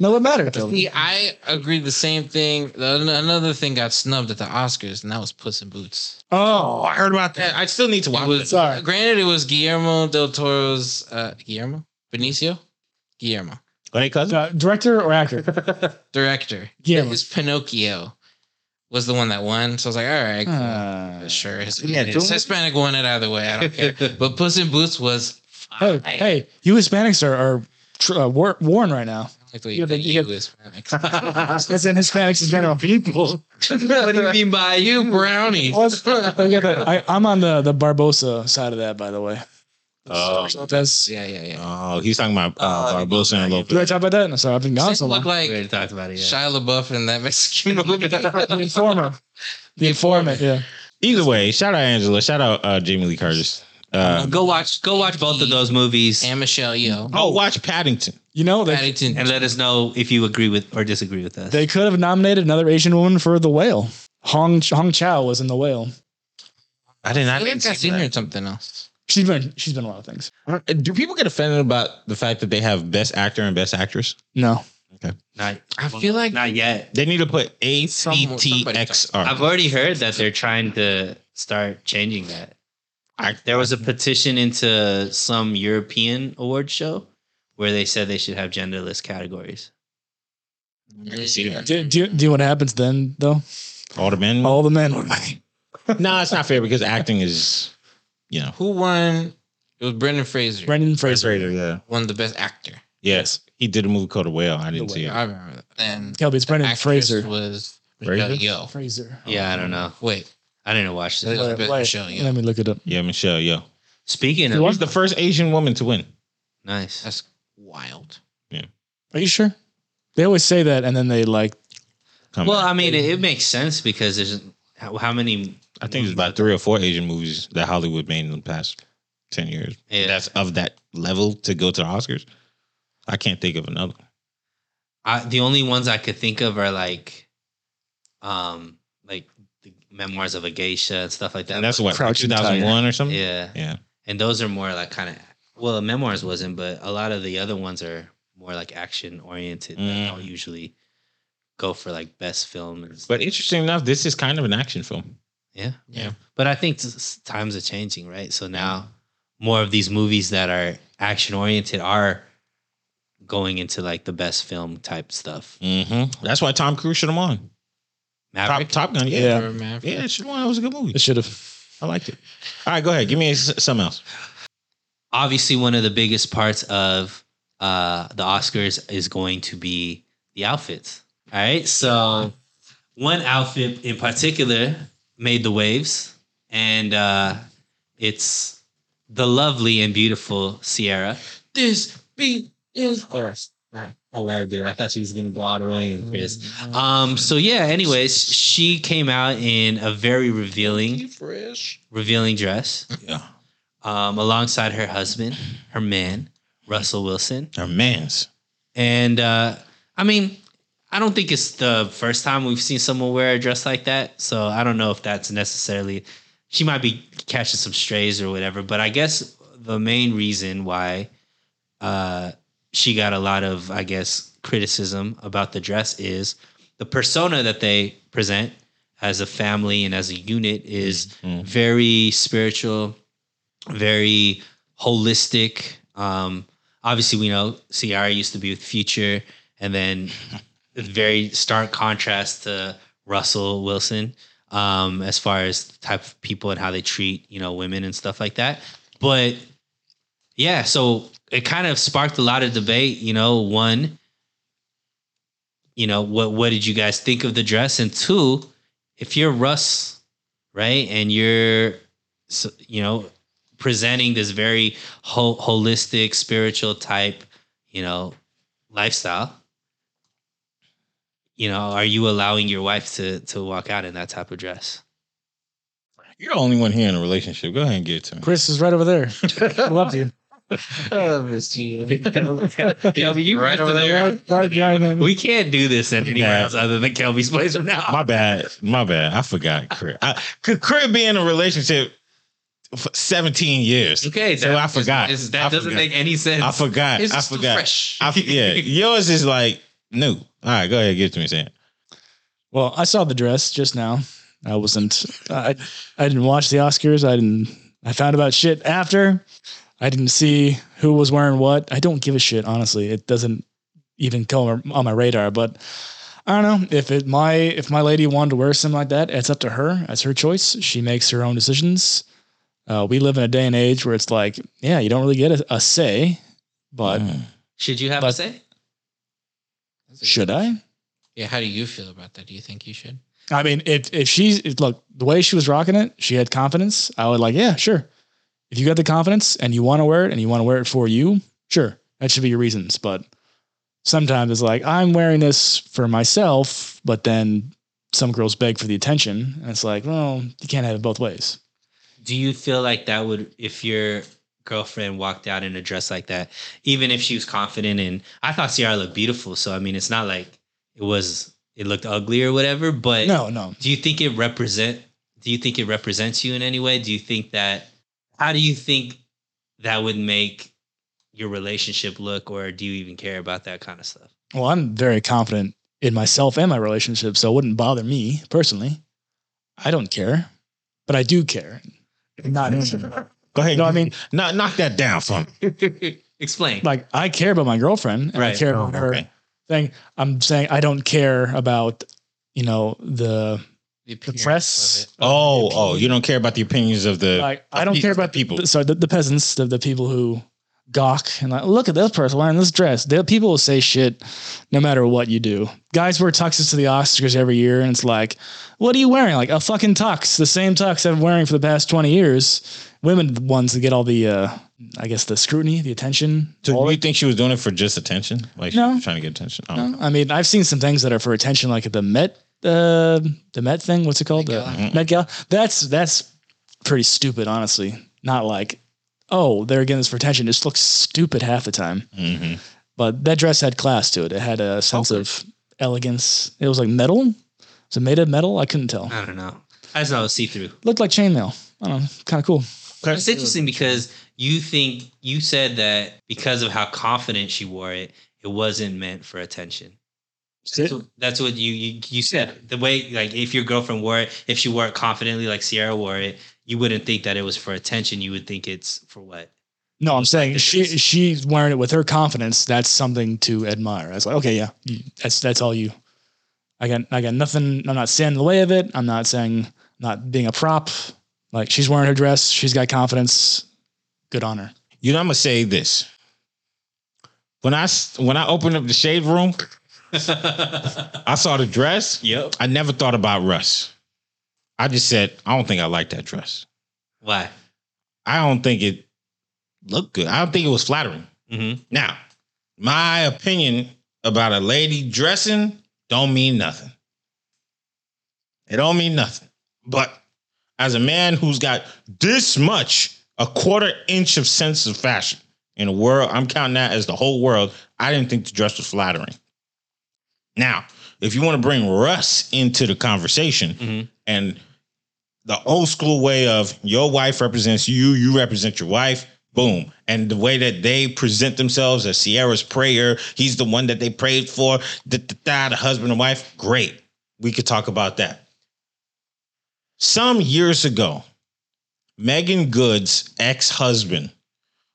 Speaker 2: No, it mattered though.
Speaker 4: See, I agreed the same thing. An- Another thing got snubbed at the Oscars, and that was Puss in Boots.
Speaker 1: Oh, I heard about that. I still need to
Speaker 4: It
Speaker 1: watch
Speaker 4: was,
Speaker 1: it.
Speaker 2: Sorry.
Speaker 4: Granted, it was Guillermo del Toro's uh, Guillermo Benicio, Guillermo
Speaker 1: Are they cousins?
Speaker 2: Uh, director or actor?
Speaker 4: director.
Speaker 2: Guillermo.
Speaker 4: His Pinocchio was the one that won, so I was like, all right, cool.
Speaker 2: Uh,
Speaker 4: sure. His,
Speaker 1: Yeah,
Speaker 4: his
Speaker 1: don't-
Speaker 4: Hispanic won it either way. I don't care. but Puss in Boots was.
Speaker 2: hey,
Speaker 4: fine.
Speaker 2: hey, you Hispanics are, are tr- uh, war- worn right now.
Speaker 4: Like the way
Speaker 2: Yeah,
Speaker 4: you
Speaker 2: but
Speaker 4: think
Speaker 2: you
Speaker 4: you Hispanics.
Speaker 2: As in Hispanics in general. People.
Speaker 4: what do you mean by you brownie?
Speaker 2: I, I'm on the, the Barbosa side of that, by the way.
Speaker 1: Oh.
Speaker 2: Lopez.
Speaker 4: Yeah, yeah, yeah.
Speaker 1: Oh, he's talking about uh, Barbosa and Lopez.
Speaker 2: Do I talk about that? No, sorry, I've been gone so
Speaker 4: Doesn't
Speaker 2: long.
Speaker 4: look like
Speaker 3: we already talked about it. Yeah.
Speaker 4: Shia LaBeouf in that Mexican movie.
Speaker 2: the informer. The informant, yeah.
Speaker 1: Either way, shout out Angela. Shout out uh, Jamie Lee Curtis. Uh,
Speaker 3: Go watch. Go watch both of those movies
Speaker 4: and Michelle Yeoh.
Speaker 1: oh, watch Paddington.
Speaker 2: You know, they,
Speaker 4: Paddington.
Speaker 3: and let us know if you agree with or disagree with us.
Speaker 2: they could have nominated another Asian woman for The Whale. Hong Hong Chow was in the whale.
Speaker 1: I did
Speaker 4: I
Speaker 1: not.
Speaker 4: think I've
Speaker 1: see
Speaker 4: seen her
Speaker 1: that.
Speaker 4: in something else.
Speaker 2: She's been she's been a lot of things.
Speaker 1: Uh, Do people get offended about the fact that they have best actor and best actress?
Speaker 2: No,
Speaker 3: Not,
Speaker 4: I feel like
Speaker 3: not yet.
Speaker 1: They need to put A C
Speaker 4: Some-
Speaker 1: T
Speaker 4: somebody
Speaker 1: X
Speaker 3: I've
Speaker 1: R.
Speaker 3: already heard that they're trying to start changing that.
Speaker 1: I-
Speaker 3: there was a petition into some European award show where they said they should have genderless categories.
Speaker 1: seen her.
Speaker 2: do, do, you, do you know what happens then though?
Speaker 1: All the men.
Speaker 2: All the men were like,
Speaker 1: No, it's not fair because acting is, you know,
Speaker 4: Who won? It was Brendan Fraser.
Speaker 2: Brendan Fraser,
Speaker 1: Yeah.
Speaker 4: won the best actor.
Speaker 1: Yes, he did a movie called The Whale. I didn't see it.
Speaker 4: I remember that. And
Speaker 2: Kelby, it's Brendan
Speaker 4: actress
Speaker 2: Fraser.
Speaker 4: was
Speaker 1: Fraser?
Speaker 4: Michelle Yeoh.
Speaker 2: Fraser.
Speaker 3: Yeah, I don't know.
Speaker 4: Wait,
Speaker 3: I didn't watch
Speaker 4: That
Speaker 3: this.
Speaker 4: was
Speaker 2: Wait,
Speaker 4: best
Speaker 2: wait,
Speaker 4: Michelle Yeoh.
Speaker 2: Let me look it up.
Speaker 1: Yeah, Michelle. Yo,
Speaker 3: Speaking
Speaker 1: she
Speaker 3: of
Speaker 1: was the first Asian woman to win.
Speaker 3: nice,
Speaker 4: that's wild.
Speaker 2: Are you sure? They always say that, and then they like
Speaker 1: Come
Speaker 3: well,
Speaker 1: well,
Speaker 3: I mean, it, it makes sense because there's how, how many?
Speaker 1: I think there's about three or four Asian movies that Hollywood made in the past ten years.
Speaker 3: Yeah.
Speaker 1: That's of that level to go to the Oscars. I can't think of another.
Speaker 3: I, the only ones I could think of are like, um, like the memoirs of a geisha and stuff like that.
Speaker 1: And that's what
Speaker 2: Crouching
Speaker 1: 2001 or something.
Speaker 3: yeah,
Speaker 1: Yeah.
Speaker 3: and those are more like kind of well, memoirs wasn't, but a lot of the other ones are more like action oriented.
Speaker 1: Mm.
Speaker 3: That don't usually go for like best film. and stuff.
Speaker 1: But interesting enough, this is kind of an action film.
Speaker 3: Yeah.
Speaker 4: Yeah.
Speaker 3: But I think s- s- times are changing, right? So now more of these movies that are action oriented are going into like the best film type stuff.
Speaker 1: Mm-hmm. That's why Tom Cruise should have won. Top,
Speaker 3: Maverick.
Speaker 1: Top Gun. Yeah.
Speaker 2: Yeah.
Speaker 1: Yeah,
Speaker 4: Remember Maverick?
Speaker 1: it should have won. It was a good movie.
Speaker 2: it should have.
Speaker 1: I liked it. All right, go ahead. Give me s- something else.
Speaker 3: Obviously, one of the biggest parts of uh, the Oscars is going to be the outfits. All right. So one outfit in particular made the waves, and uh, it's the lovely and beautiful Sierra.
Speaker 4: This beat is horse.
Speaker 3: Oh, Larry Bird. I thought she was getting blood away and Chris. Um. So yeah. Anyways, she came out in a very revealing,
Speaker 4: fresh.
Speaker 3: revealing dress,
Speaker 1: Yeah.
Speaker 3: um, alongside her husband, her man, Russell Wilson,
Speaker 1: Her man's.
Speaker 3: and uh, I mean, I don't think it's the first time we've seen someone wear a dress like that. So I don't know if that's necessarily. She might be catching some strays or whatever, but I guess the main reason why uh, she got a lot of, I guess, criticism about the dress is the persona that they present as a family and as a unit is
Speaker 1: Mhm.
Speaker 3: very spiritual, very holistic. Um, obviously, we know Ciara used to be with Future, and then very stark contrast to Russell Wilson um, as far as the type of people and how they treat you know women and stuff like that. But yeah, so it kind of sparked a lot of debate. You know, one, you know, what what did you guys think of the dress, and two, if you're Russ, right, and you're, so- you know, presenting this very ho- holistic, spiritual type, you know, lifestyle. You know, are you allowing your wife to to walk out in that type of dress?
Speaker 1: You're the only one here in a relationship. Go ahead and give it to me.
Speaker 2: Chris is right over there. I love you.
Speaker 4: Oh, Miss G.
Speaker 3: right over there.
Speaker 2: Right behind him.
Speaker 3: We can't do this anywhere
Speaker 1: Mm-hmm. Yeah.
Speaker 3: else other than Kelby's place from now. on.
Speaker 1: My bad. My bad. I forgot Crib. I, could Crib be in a relationship for 17 years?
Speaker 3: Okay,
Speaker 1: So I forgot.
Speaker 3: is- that
Speaker 1: I
Speaker 3: doesn't
Speaker 1: forgot.
Speaker 3: make any sense.
Speaker 1: I forgot.
Speaker 4: It's
Speaker 1: I
Speaker 4: just too
Speaker 1: forgot.
Speaker 4: fresh.
Speaker 1: I, yeah. Yours is like new. All right, go ahead. Give it to me, Sam.
Speaker 2: Well, I saw the dress just now. I wasn't. I I didn't watch the Oscars. I didn't. I found about shit after. I didn't see who was wearing what. I don't give a shit. Honestly, it doesn't even come on my radar. But I don't know if it my if my lady wanted to wear something like that. It's up to her. It's her choice. She makes her own decisions. Uh, we live in a day and age where it's like, yeah, you don't really get a, a say. But
Speaker 1: Mm.
Speaker 3: Should you have
Speaker 2: But-
Speaker 3: a say?
Speaker 2: should I?
Speaker 4: Yeah, how do you feel about that? Do you think you should?
Speaker 2: I mean, if if she's if, look the way she was rocking it, she had confidence. I would like, yeah, sure. If you got the confidence and you want to wear it and you want to wear it for you, sure, that should be your reasons. But sometimes it's like I'm wearing this for myself, but then some girls beg for the attention, and it's like, well, you can't have it both ways.
Speaker 3: Do you feel like that would, if your girlfriend walked out in a dress like that, even if she was confident and I thought Ciara looked beautiful, so I mean, it's not like it was it looked ugly or whatever, but
Speaker 2: No, no.
Speaker 3: do you think it represent do you think it represents you in any way? Do you think that how do you think that would make your relationship look or do you even care about that kind of stuff?
Speaker 2: Well, I'm very confident in myself and my relationship, so it wouldn't bother me personally. I don't care, but I do care. Not
Speaker 1: Go ahead.
Speaker 2: No, I mean-
Speaker 1: knock, knock that down for me.
Speaker 3: Explain.
Speaker 2: like I care about my girlfriend and I
Speaker 3: Right.
Speaker 2: care about
Speaker 1: Oh,
Speaker 2: her
Speaker 1: okay.
Speaker 2: thing. I'm saying I don't care about you know the
Speaker 4: The,
Speaker 2: the
Speaker 4: appearance
Speaker 2: press.
Speaker 4: of it.
Speaker 1: Oh, oh, you don't care about the opinions of the.
Speaker 2: Like I don't care about
Speaker 1: people.
Speaker 2: the, sorry the, the peasants, the, the people who gawk and like look at this person wearing this dress. The people will say shit no matter what you do. Guys wear tuxes to the Oscars every year, and it's like, what are you wearing? Like a fucking tux, the same tux I've been wearing for the past twenty years. Women the ones that get all the uh, I guess the scrutiny, the attention. all
Speaker 1: So do
Speaker 2: that
Speaker 1: you think she was doing it for just attention? Like
Speaker 2: No.
Speaker 1: she was trying to get attention? Oh.
Speaker 2: No, I mean, I've seen some things that are for attention, like at the Met, uh, the Met thing. What's it called?
Speaker 4: Met
Speaker 2: The Met Gala. That's that's pretty stupid, honestly. Not like, oh, they're getting this for attention. It just looks stupid half the time.
Speaker 1: hmm
Speaker 2: But that dress had class to it. It had a sense of elegance. It was like metal. Was it made of metal? I couldn't tell.
Speaker 3: I don't know. I just know see through.
Speaker 2: Looked like chainmail. I don't know. Kind of cool.
Speaker 3: It's interesting because you think you said that because of how confident she wore it, it wasn't meant for attention. That's what, that's what you, you you said. The way like if your girlfriend wore it, if she wore it confidently, like Sierra wore it, you wouldn't think that it was for attention. You would think it's for what?
Speaker 2: No, I'm saying
Speaker 3: it's-
Speaker 2: she she's wearing it with her confidence. That's something to admire. I was like, okay, yeah, you- that's that's all you. I got I got nothing. I'm not standing in the way of it. I'm not saying not being a prop. Like she's wearing her dress. She's got confidence. Good on her.
Speaker 1: You know, I'm gonna say this. When I s- when I opened up the shade room, I saw the dress.
Speaker 3: Yep.
Speaker 1: I never thought about Russ. I just said, I don't think I like that dress.
Speaker 3: Why?
Speaker 1: I don't think it looked good. I don't think it was flattering.
Speaker 3: Mm-hmm.
Speaker 1: Now, my opinion about a lady dressing don't mean nothing. It don't mean nothing. But as a man who's got this much, a quarter inch of sense of fashion in the world, I'm counting that as the whole world. I didn't think the dress was flattering. Now, if you want to bring Russ into the conversation,
Speaker 3: Mhm.
Speaker 1: and the old school way of your wife represents you, you represent your wife, boom. And the way that they present themselves as Sierra's prayer, he's the one that they prayed for, da, da, da, the husband and wife, great. We could talk about that. Some years ago, Megan Good's ex husband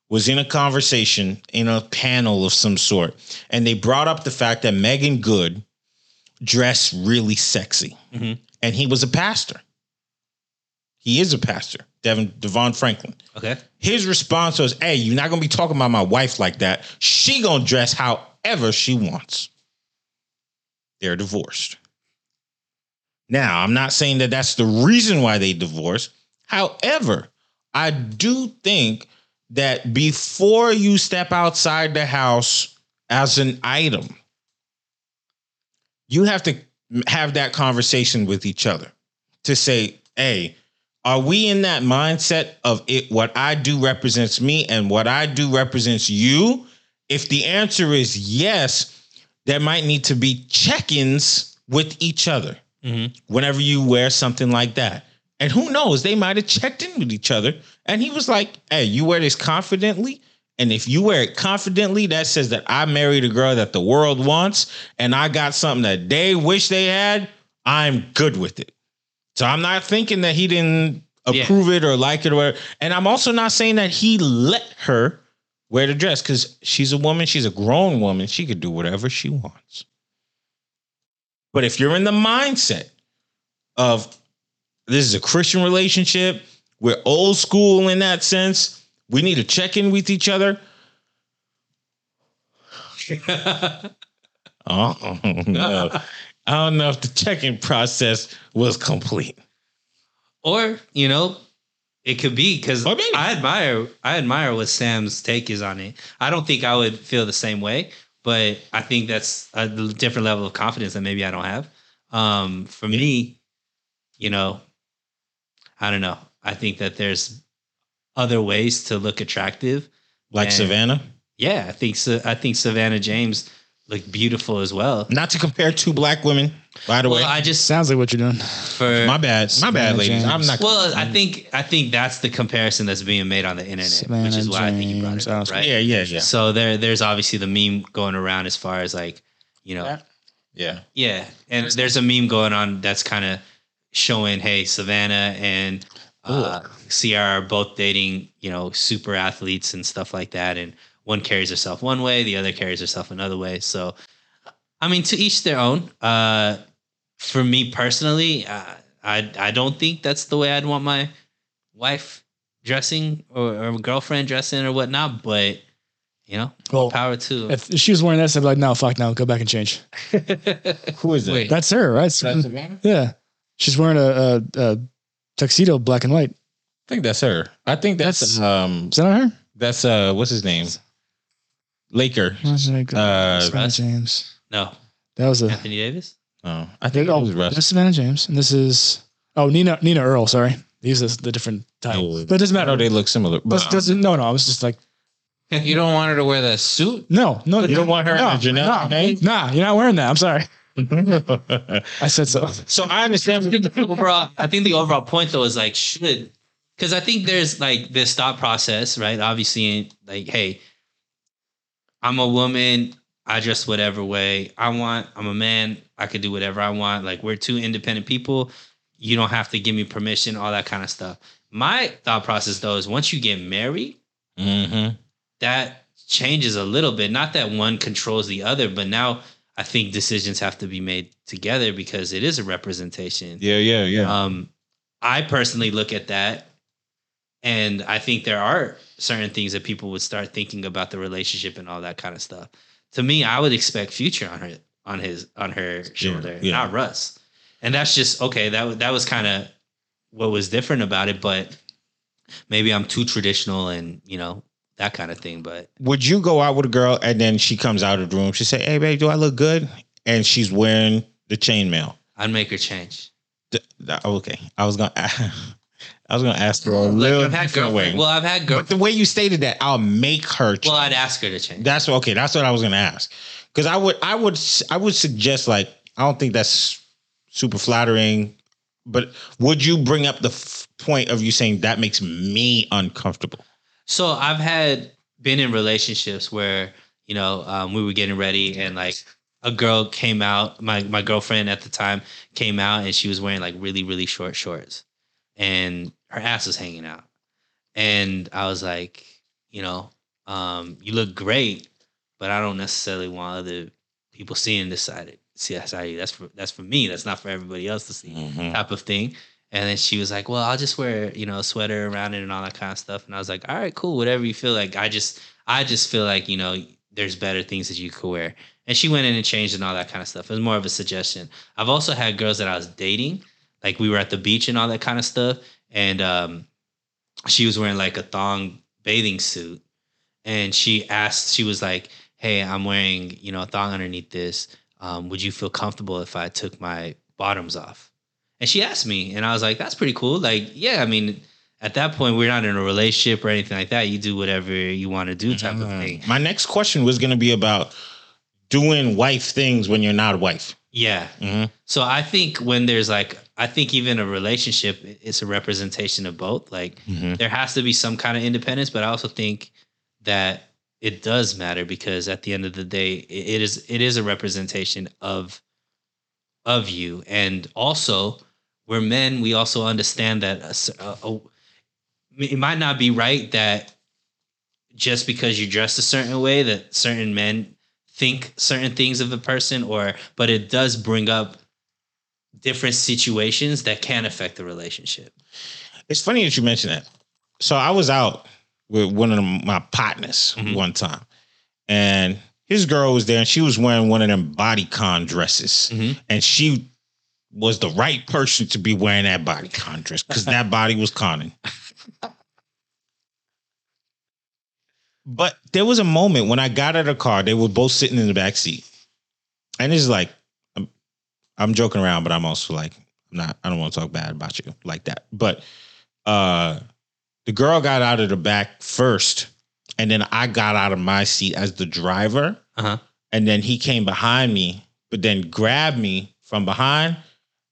Speaker 1: was in a conversation in a panel of some sort, and they brought up the fact that Megan Good dressed really sexy.
Speaker 3: Mhm.
Speaker 1: And he was a pastor. He is a pastor, Devin Devon Franklin.
Speaker 3: Okay.
Speaker 1: His response was, "Hey, you're not gonna be talking about my wife like that. She gonna dress however she wants." They're divorced. Now, I'm not saying that that's the reason why they divorced. However, I do think that before you step outside the house as an item, you have to have that conversation with each other to say, "Hey, are we in that mindset of it what i do represents me and what i do represents you if the answer is yes there might need to be check-ins with each other
Speaker 3: Mm-hmm.
Speaker 1: whenever you wear something like that and who knows they might have checked in with each other and he was like hey you wear this confidently and if you wear it confidently that says that i married a girl that the world wants and i got something that they wish they had i'm good with it so I'm not thinking that he didn't
Speaker 3: Yeah.
Speaker 1: approve it or like it or whatever. And I'm also not saying that he let her wear the dress because she's a woman, she's a grown woman, she could do whatever she wants. But if you're in the mindset of this is a Christian relationship, we're old school in that sense, we need to check in with each other. Oh no. I don't know if the check-in process was complete.
Speaker 3: or you know it could be because
Speaker 1: Or maybe.
Speaker 3: i admire i admire what sam's take is on it i don't think i would feel the same way but i think that's a l- different level of confidence that maybe i don't have um for me you know i don't know i think that there's other ways to look attractive
Speaker 1: Like
Speaker 3: Yeah.
Speaker 1: Savannah.
Speaker 3: yeah i think so i think savannah james looked beautiful as well.
Speaker 1: Not to compare two black women, by the
Speaker 3: Well,
Speaker 1: way.
Speaker 3: I just
Speaker 2: Sounds like what you're doing.
Speaker 3: for
Speaker 1: my bad, my bad,
Speaker 2: Savannah
Speaker 1: ladies. I'm
Speaker 2: James.
Speaker 1: not.
Speaker 3: well,
Speaker 2: Mm.
Speaker 3: I think I think that's the comparison that's being made on the internet, which is
Speaker 2: Savannah
Speaker 3: why I think you brought
Speaker 2: James,
Speaker 3: it up,
Speaker 2: Oscar.
Speaker 3: right?
Speaker 1: yeah, yeah, yeah,
Speaker 3: So there, there's obviously the meme going around as far as like, you know,
Speaker 2: Yeah.
Speaker 1: yeah.
Speaker 3: yeah, and there's a meme going on that's kind of showing, hey, Savannah and uh, Sierra are both dating, you know, super athletes and stuff like that, and one carries herself one way, the other carries herself another way. So, I mean, to each their own. Uh, for me personally, uh, I I don't think that's the way I'd want my wife dressing or, or girlfriend dressing or whatnot, but. You know,
Speaker 2: Well,
Speaker 3: power to
Speaker 2: if she was wearing this, I'd be like, no, fuck, no, go back and change.
Speaker 1: Who is that?
Speaker 4: Wait,
Speaker 2: That's her, right?
Speaker 4: that's Savannah?
Speaker 2: yeah, she's wearing a, a, a tuxedo, black and white.
Speaker 1: I think that's her. I think that's,
Speaker 2: That's-
Speaker 1: um
Speaker 2: Is that not her?
Speaker 1: that's uh what's his name? Laker. Uh,
Speaker 2: Savannah
Speaker 3: Russ.
Speaker 2: James.
Speaker 3: no
Speaker 2: That was a.
Speaker 3: Anthony Davis.
Speaker 1: Oh, I think it
Speaker 2: oh,
Speaker 1: was Russ.
Speaker 2: that's Savannah James, and this is oh Nina Nina Earl. Sorry, these are the different type,
Speaker 1: No.
Speaker 2: but it doesn't
Speaker 1: I know
Speaker 2: matter.
Speaker 1: they look similar. But
Speaker 2: Does- doesn't- no, no. I was just like,
Speaker 4: you don't want her to wear that suit?
Speaker 2: no, no.
Speaker 1: um, you don't want her
Speaker 2: No,
Speaker 1: in the Janelle
Speaker 2: no, nah, you're not wearing that. I'm sorry.
Speaker 1: Monáe?
Speaker 2: I said so.
Speaker 1: so I understand.
Speaker 3: overall, I think the overall point though is like should because I think there's like this thought process, right? Obviously, like hey, I'm a woman. I dress whatever way I want. I'm a man. I could do whatever I want. Like we're two independent people. You don't have to give me permission, all that kind of stuff. My thought process though is once you get married,
Speaker 1: Mm-hmm.
Speaker 3: that changes a little bit. Not that one controls the other, but now I think decisions have to be made together because it is a representation.
Speaker 1: Yeah, yeah, yeah.
Speaker 3: Um, I personally look at that, and I think there are certain things that people would start thinking about the relationship and all that kind of stuff. To me, I would expect future on her, on his, on her shoulder,
Speaker 1: yeah.
Speaker 3: not Russ. And that's just okay. That wa- that was kind of what was different about it, but maybe I'm too traditional and you know that kind of thing. But
Speaker 1: Would you go out with a girl and then she comes out of the room? She say, "Hey, babe, do I look good?" And she's wearing the chainmail.
Speaker 3: I'd make her change.
Speaker 1: D- d- Okay, I was gonna, I was gonna ask her a
Speaker 3: Like,
Speaker 1: little
Speaker 3: I've had
Speaker 1: different way.
Speaker 3: girlfriend. Well, I've had
Speaker 1: but
Speaker 3: girlfriend.
Speaker 1: the way you stated that, I'll make her. change.
Speaker 3: Well, I'd ask her to change.
Speaker 1: That's what- okay. That's what I was gonna ask. Because I would, I would, s- I would suggest like I don't think that's super flattering. But would you bring up the f- point of you saying that makes me uncomfortable?
Speaker 3: So I've had been in relationships where you know um, we were getting ready and like a girl came out. My my girlfriend at the time came out and she was wearing like really really short shorts, and her ass was hanging out. And I was like, you know, um, you look great, but I don't necessarily want other people seeing this side. of- See, that's side of you. That's for that's for me. That's not for everybody else to see
Speaker 1: Mm-hmm.
Speaker 3: type of thing. And then she was like, "Well, I'll just wear you know a sweater around it and all that kind of stuff." And I was like, "All right, cool, whatever you feel like." I just I just feel like you know there's better things that you could wear. And she went in and changed and all that kind of stuff. It was more of a suggestion. I've also had girls that I was dating, like we were at the beach and all that kind of stuff, and um, she was wearing like a thong bathing suit, and she asked, she was like, "Hey, I'm wearing you know a thong underneath this. Um, would you feel comfortable if I took my bottoms off?" And she asked me, and I was like, "That's pretty cool." Like, yeah, I mean, at that point, we're not in a relationship or anything like that. You do whatever you want to do, type of thing.
Speaker 1: My next question was going to be about doing wife things when you're not a wife.
Speaker 3: Yeah.
Speaker 1: Mhm.
Speaker 3: So I think when there's like, I think even a relationship, it's a representation of both. Like, there has to be some kind of independence, but I also think that it does matter because at the end of the day, it, it is it is a representation of of you, and also we're men. We also understand that a s- a- a- it might not be right that just because you dress a certain way that certain men think certain things of a person, or but it does bring up different situations that can affect the relationship.
Speaker 1: It's funny that you mentioned that. So I was out with one of my partners
Speaker 3: Mhm.
Speaker 1: one time, and his girl was there, and she was wearing one of them bodycon dresses,
Speaker 3: Mhm.
Speaker 1: and she was the right person to be wearing that bodycon dress because that body was conning. But there was a moment when I got out of the car, they were both sitting in the back seat. And it's like, I'm, I'm joking around, but I'm also like, I'm not, I don't want to talk bad about you like that. But uh the girl got out of the back first, and then I got out of my seat as the driver.
Speaker 3: Uh-huh.
Speaker 1: And then he came behind me, but then grabbed me from behind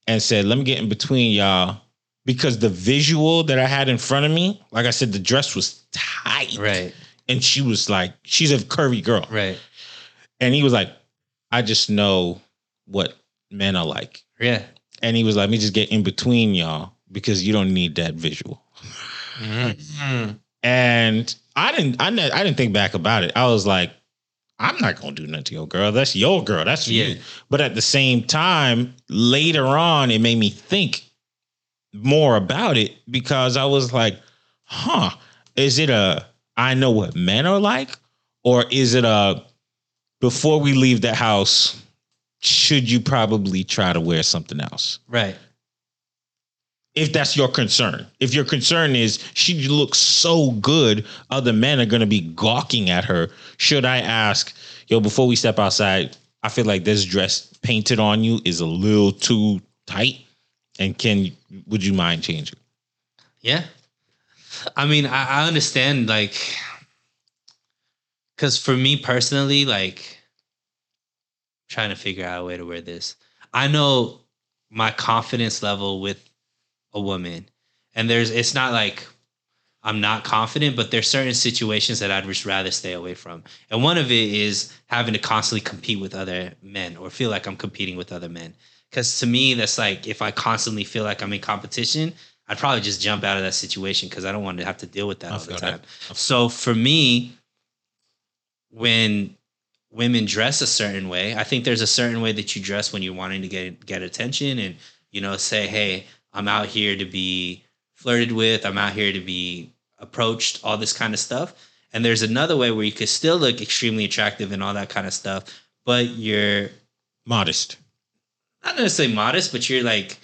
Speaker 1: and said, Let me get in between y'all. Because the visual that I had in front of me, like I said, the dress was tight.
Speaker 3: Right.
Speaker 1: And she was like, She's a curvy girl.
Speaker 3: Right.
Speaker 1: And he was like, I just know what men are like.
Speaker 3: Yeah.
Speaker 1: And he was like, Let me just get in between y'all because you don't need that visual.
Speaker 4: Mm.
Speaker 1: And I didn't, I, ne- I didn't think back about it. I was like, I'm not gonna do nothing to your girl. That's your girl. That's
Speaker 3: Yeah.
Speaker 1: you. But at the same time, later on, it made me think more about it because I was like, huh, is it a I know what men are like? Or is it a before we leave the house, should you probably try to wear something else?
Speaker 3: Right.
Speaker 1: if that's your concern. If your concern is she looks so good, other men are going to be gawking at her. Should I ask, yo, before we step outside, I feel like this dress painted on you is a little too tight, and can would you mind changing?
Speaker 3: Yeah. I mean, I, I understand, like, because for me personally, like, trying to figure out a way to wear this. I know my confidence level with a woman, and there's, it's not like I'm not confident, but there's certain situations that I'd just rather stay away from. And one of it is having to constantly compete with other men or feel like I'm competing with other men. Because to me, that's like if I constantly feel like I'm in competition, I'd probably just jump out of that situation because I don't want to have to deal with that
Speaker 1: I
Speaker 3: all the
Speaker 1: feel
Speaker 3: time.
Speaker 1: that.
Speaker 3: So for me, when women dress a certain way, I think there's a certain way that you dress when you're wanting to get get attention and you know say, hey, I'm out here to be flirted with, I'm out here to be approached, all this kind of stuff. And there's another way where you could still look extremely attractive and all that kind of stuff, but you're
Speaker 1: Modest.
Speaker 3: not necessarily modest, but you're like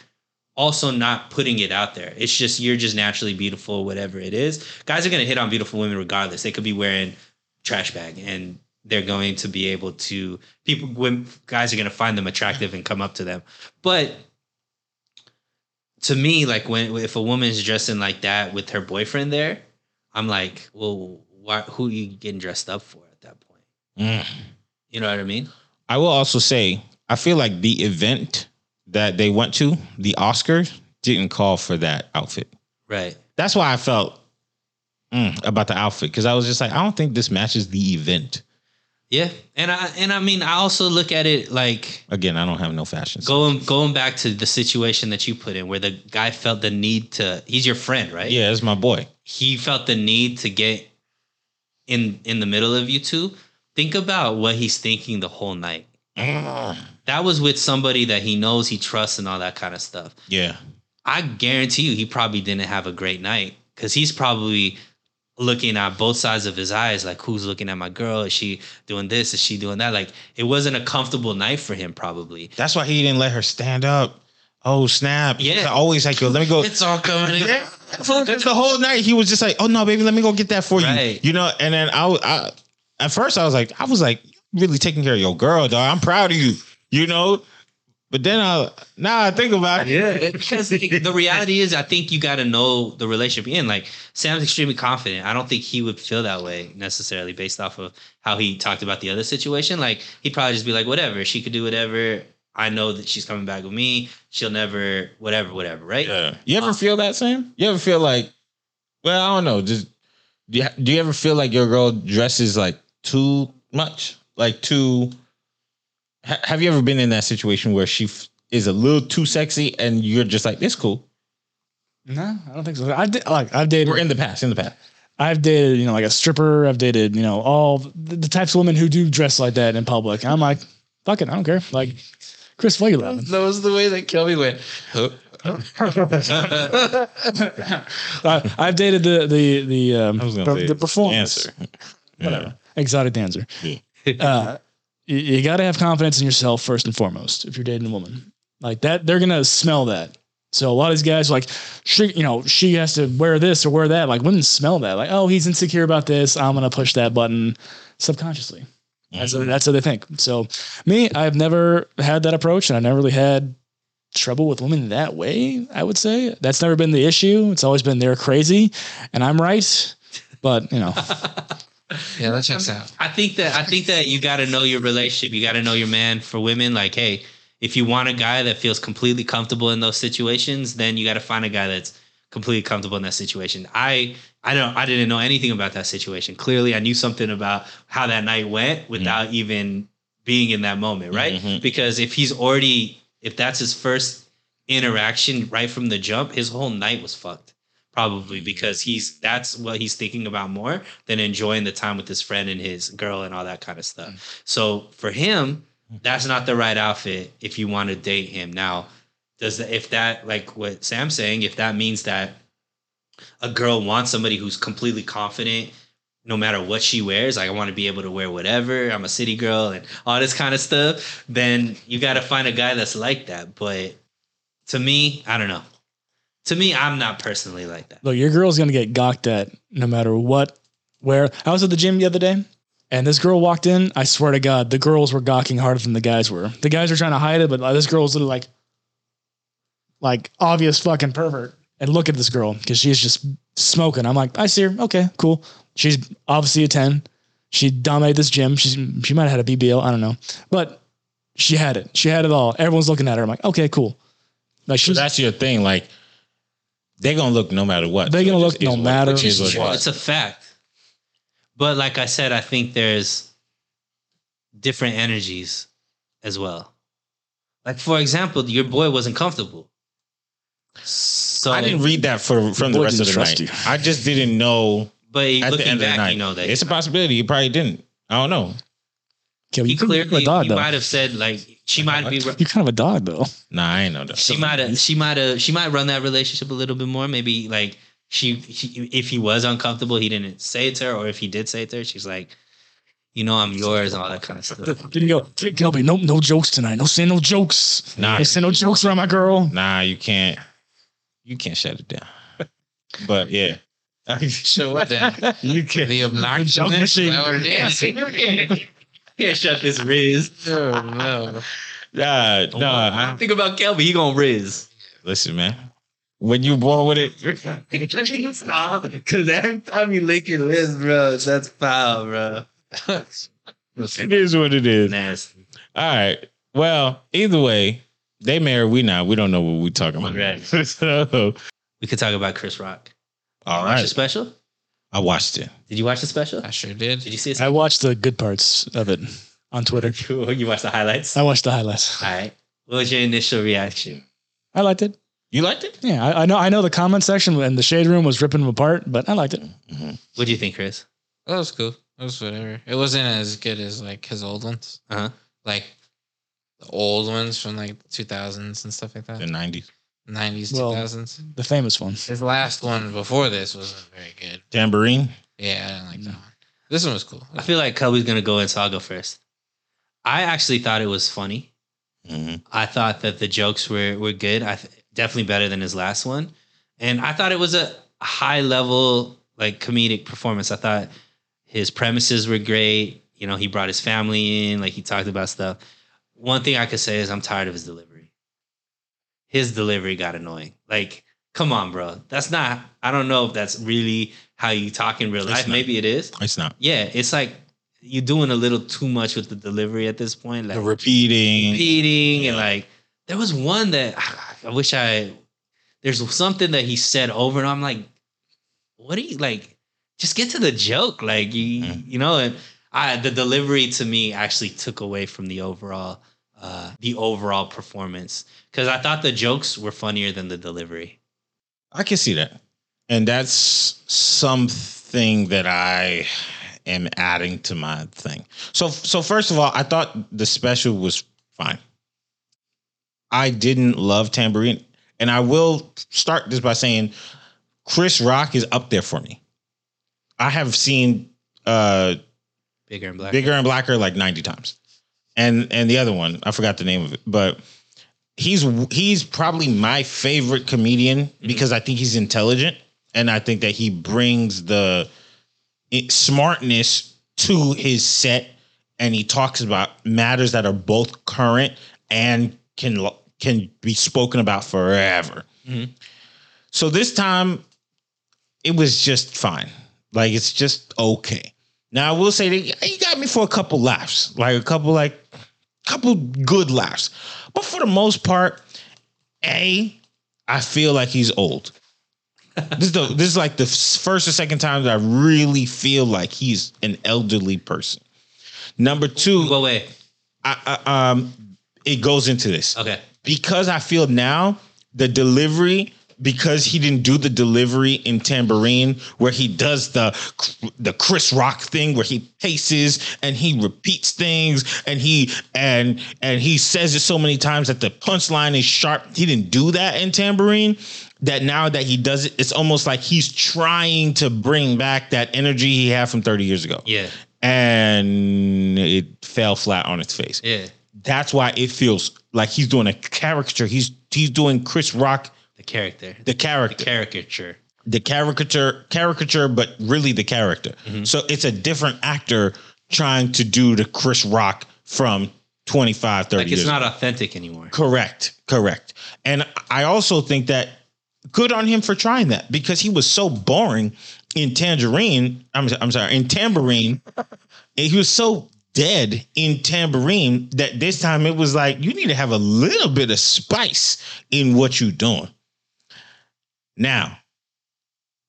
Speaker 3: also not putting it out there. It's just you're just naturally beautiful, whatever it is. Guys are gonna hit on beautiful women regardless. They could be wearing trash bag and they're going to be able to people when guys are gonna find them attractive and come up to them. But to me, like when if a woman's dressing like that with her boyfriend there, I'm like, well, why, who are you getting dressed up for at that point?
Speaker 1: Mm.
Speaker 3: You know what I mean?
Speaker 1: I will also say, I feel like the event that they went to, the Oscars, didn't call for that outfit.
Speaker 3: Right.
Speaker 1: That's why I felt mm, about the outfit because I was just like, I don't think this matches the event.
Speaker 3: Yeah, and I and I mean I also look at it like
Speaker 1: Again, I don't have no fashion. sense.
Speaker 3: going going back to the situation that you put in where the guy felt the need to he's your friend, right?
Speaker 1: Yeah, that's my boy.
Speaker 3: He felt the need to get in in the middle of you two. Think about what he's thinking the whole night.
Speaker 1: Mm.
Speaker 3: That was with somebody that he knows, he trusts and all that kind of stuff.
Speaker 1: Yeah.
Speaker 3: I guarantee you he probably didn't have a great night because he's probably looking at both sides of his eyes like who's looking at my girl is she doing this is she doing that like it wasn't a comfortable night for him probably
Speaker 1: That's why he didn't let her stand up. Oh, snap.
Speaker 3: Yeah.
Speaker 1: He's always like, yo, let me go.
Speaker 4: It's all coming.
Speaker 1: Yeah.
Speaker 4: together.
Speaker 1: the whole night he was just like, oh, no, baby, let me go get that for
Speaker 3: Right.
Speaker 1: you. You know, and then I, w- I- at first I was like, I was like, you really taking care of your girl, dog. I'm proud of you, you know? But then I, now I think about it.
Speaker 3: It- because it- the reality is i think you got to know the relationship in like sam's extremely confident i don't think he would feel that way necessarily based off of how he talked about the other situation like he'd probably just be like whatever she could do whatever i know that she's coming back with me she'll never whatever whatever right
Speaker 1: Yeah. You
Speaker 3: Uh,
Speaker 1: ever feel that, Sam? You ever feel like, well, I don't know. Just, do you, do you ever feel like your girl dresses like too much? Like too. Ha- have you ever been in that situation where she f- is a little too sexy and you're just like, it's cool?
Speaker 2: No, I don't think so. I did, like I've dated.
Speaker 1: We're in the past, in the past.
Speaker 2: I've dated, you know, like a stripper. I've dated, you know, all the, the types of women who do dress like that in public. And I'm like, fuck it, I don't care. Like Chris Flegel.
Speaker 4: That was the way that Kelby went. Huh?
Speaker 2: I, I've dated the the the um,
Speaker 1: I was
Speaker 2: per-
Speaker 1: going to say
Speaker 2: the performance,
Speaker 1: Answer.
Speaker 2: whatever, exotic dancer.
Speaker 1: Yeah.
Speaker 2: uh, you you got to have confidence in yourself first and foremost if you're dating a woman like that. They're gonna smell that. So a lot of these guys like she, you know, she has to wear this or wear that. Like women smell that. Like oh, he's insecure about this. I'm gonna push that button subconsciously. That's how, that's how they think. So me, I've never had that approach, and I never really had trouble with women that way. I would say that's never been the issue. It's always been they're crazy, and I'm right. But you know,
Speaker 4: Yeah, that checks out.
Speaker 3: I think that I think that you got to know your relationship. You got to know your man. For women, like, hey, if you want a guy that feels completely comfortable in those situations, then you got to find a guy that's completely comfortable in that situation. I I don't I didn't know anything about that situation. Clearly, I knew something about how that night went without even being in that moment, right?
Speaker 1: Mhm.
Speaker 3: Because if he's already if that's his first interaction right from the jump, his whole night was fucked probably because he's that's what he's thinking about more than enjoying the time with his friend and his girl and all that kind of stuff. So for him, that's not the right outfit if you want to date him. Now, does that if that like what Sam's saying, if that means that a girl wants somebody who's completely confident no matter what she wears, like I want to be able to wear whatever, I'm a city girl and all this kind of stuff, then you got to find a guy that's like that. But to me, I don't know. To me, I'm not personally like that.
Speaker 2: Look, your girl's gonna get gawked at no matter what, where. I was at the gym the other day, and this girl walked in. I swear to God, the girls were gawking harder than the guys were. The guys were trying to hide it, but like, this girl was literally like, like obvious fucking pervert. And look at this girl because she's just smoking. I'm like, I see her. Okay, cool. She's obviously a ten. She dominated this gym. She's she might have had a BBL. I don't know, but she had it. She had it all. Everyone's looking at her. I'm like, okay, cool. Like
Speaker 1: So
Speaker 2: she's
Speaker 1: that's your thing. Like they're gonna look no matter what.
Speaker 2: They're
Speaker 1: So
Speaker 2: gonna
Speaker 1: it
Speaker 2: look
Speaker 1: just is
Speaker 2: no
Speaker 1: what-
Speaker 2: matter
Speaker 1: which is what it
Speaker 2: what.
Speaker 1: is.
Speaker 3: It's a fact. But like I said, I think there's different energies as well. Like for example, your boy wasn't comfortable. So
Speaker 1: I didn't read that for from the
Speaker 2: boy
Speaker 1: rest of
Speaker 2: didn't
Speaker 1: the
Speaker 2: trust
Speaker 1: night.
Speaker 2: you.
Speaker 1: I just didn't know
Speaker 3: but
Speaker 1: at the
Speaker 3: looking
Speaker 1: end of the
Speaker 3: back,
Speaker 1: night.
Speaker 3: you know that
Speaker 1: it's a possibility. You probably didn't. I don't know.
Speaker 2: okay,
Speaker 3: he
Speaker 2: you kind of a
Speaker 3: clearly
Speaker 2: dog
Speaker 3: he
Speaker 2: though.
Speaker 3: might have said like she might be
Speaker 2: You're kind of a dog though.
Speaker 1: Nah, I ain't know that.
Speaker 3: she might have she might have she might run that relationship a little bit more maybe like she, she if he was uncomfortable he didn't say it to her or if he did say it to her she's like you know i'm yours and all that kind of stuff
Speaker 2: Didn't go, "Hey, Kelby, no, no jokes tonight. No say no jokes.
Speaker 1: Nah.
Speaker 2: Nah, say no jokes around my girl.
Speaker 1: Nah, you can't. You can't shut it down. But yeah,
Speaker 4: So what then?
Speaker 1: you can't.
Speaker 4: The obnoxious
Speaker 2: Junk machine.
Speaker 3: yeah shut this riz
Speaker 4: Oh no.
Speaker 1: Nah, nah. I-
Speaker 3: think about kelby he gonna riz
Speaker 1: Listen, man. When you born with it,
Speaker 3: because every time you lick your lips bro that's foul bro
Speaker 1: it is what it is.
Speaker 3: nasty
Speaker 1: All right. Well, either way, they married. We not. We don't know what we talking about.
Speaker 3: Right.
Speaker 1: so,
Speaker 3: we could talk about chris rock
Speaker 1: all
Speaker 3: watch the
Speaker 1: right.
Speaker 3: special
Speaker 1: I watched it.
Speaker 3: did you watch the special
Speaker 4: I sure
Speaker 3: did
Speaker 4: did.
Speaker 3: you see it
Speaker 2: I watched the good parts of it on Twitter.
Speaker 3: you watched the highlights
Speaker 2: I watched the highlights.
Speaker 3: all right what was your initial reaction
Speaker 2: I liked it.
Speaker 1: You liked it?
Speaker 2: Yeah, I, I know. I know the comment section and the shade room was ripping them apart, but I liked it.
Speaker 3: what do you think chris
Speaker 4: That was cool. That was whatever. It wasn't as good as like his old ones.
Speaker 3: Uh-huh.
Speaker 4: Like the old ones from like two thousands and stuff like
Speaker 1: The
Speaker 4: that.
Speaker 1: nineties.
Speaker 4: Nineties, two
Speaker 2: Well-
Speaker 4: thousands.
Speaker 2: The famous one.
Speaker 4: His last one before this wasn't very good.
Speaker 1: Tambourine.
Speaker 4: Yeah, I didn't like
Speaker 2: No.
Speaker 4: that one. This one was cool.
Speaker 3: I feel like Kobe's gonna go and so I'll go first. I actually thought it was funny.
Speaker 1: Mhm.
Speaker 3: I thought that the jokes were were good. I th- definitely better than his last one, and I thought it was a high level like comedic performance. I thought his premises were great. You know, he brought his family in, like he talked about stuff. One thing I could say is I'm tired of his delivery. His delivery got annoying. Like, come on, bro. That's not. I don't know if that's really how you talk in real
Speaker 1: It's
Speaker 3: life.
Speaker 1: not.
Speaker 3: Maybe it is.
Speaker 1: It's not
Speaker 3: Yeah, it's like you're doing a little too much with the delivery at this point. Like
Speaker 1: the repeating.
Speaker 3: repeating and like there was one that I wish I there's something that he said over and I'm like, what are you like? Just get to the joke. Like you
Speaker 1: Mm.
Speaker 3: you know, and I the delivery to me actually took away from the overall uh the overall performance. Cause I thought the jokes were funnier than the delivery.
Speaker 1: I can see that. And that's something that I am adding to my thing. So so first of all, I thought the special was fine. I didn't love Tambourine. And I will start this by saying Chris Rock is up there for me. I have seen uh
Speaker 3: Bigger and black.
Speaker 1: Bigger and Blacker like 90 times. And and the other one, I forgot the name of it, but he's he's probably my favorite comedian because I think he's intelligent and I think that he brings the it- smartness to his set and he talks about matters that are both current and can lo- can be spoken about forever.
Speaker 3: Mhm.
Speaker 1: So this time it was just fine. Like it's just okay. Now I will say that he got me for a couple laughs, like a couple like couple good laughs, but for the most part, a I feel like he's old. this is the, this is like the first or second time that I really feel like he's an elderly person. Number two,
Speaker 3: Go away.
Speaker 1: I, I, um, it goes into this
Speaker 3: Okay.
Speaker 1: because I feel now the delivery because he didn't do the delivery in tambourine where he does the the Chris Rock thing where he paces and he repeats things and he and and he says it so many times that the punchline is sharp he didn't do that in tambourine that now that he does it it's almost like he's trying to bring back that energy he had from 30 years ago
Speaker 3: Yeah.
Speaker 1: and it fell flat on its face
Speaker 3: Yeah.
Speaker 1: that's why it feels like he's doing a caricature. He's he's doing Chris Rock
Speaker 3: The character.
Speaker 1: the character,
Speaker 3: caricature.
Speaker 1: the caricature caricature, but really the character.
Speaker 3: Mm-hmm.
Speaker 1: So it's a different actor trying to do the Chris Rock from 25, 30
Speaker 3: Like
Speaker 1: years.
Speaker 3: it's not authentic anymore.
Speaker 1: correct, correct. And I also think that good on him for trying that because he was so boring in Tangerine. I'm I'm sorry, in Tambourine. And he was so dead in tambourine that this time it was like you need to have a little bit of spice in what you're doing now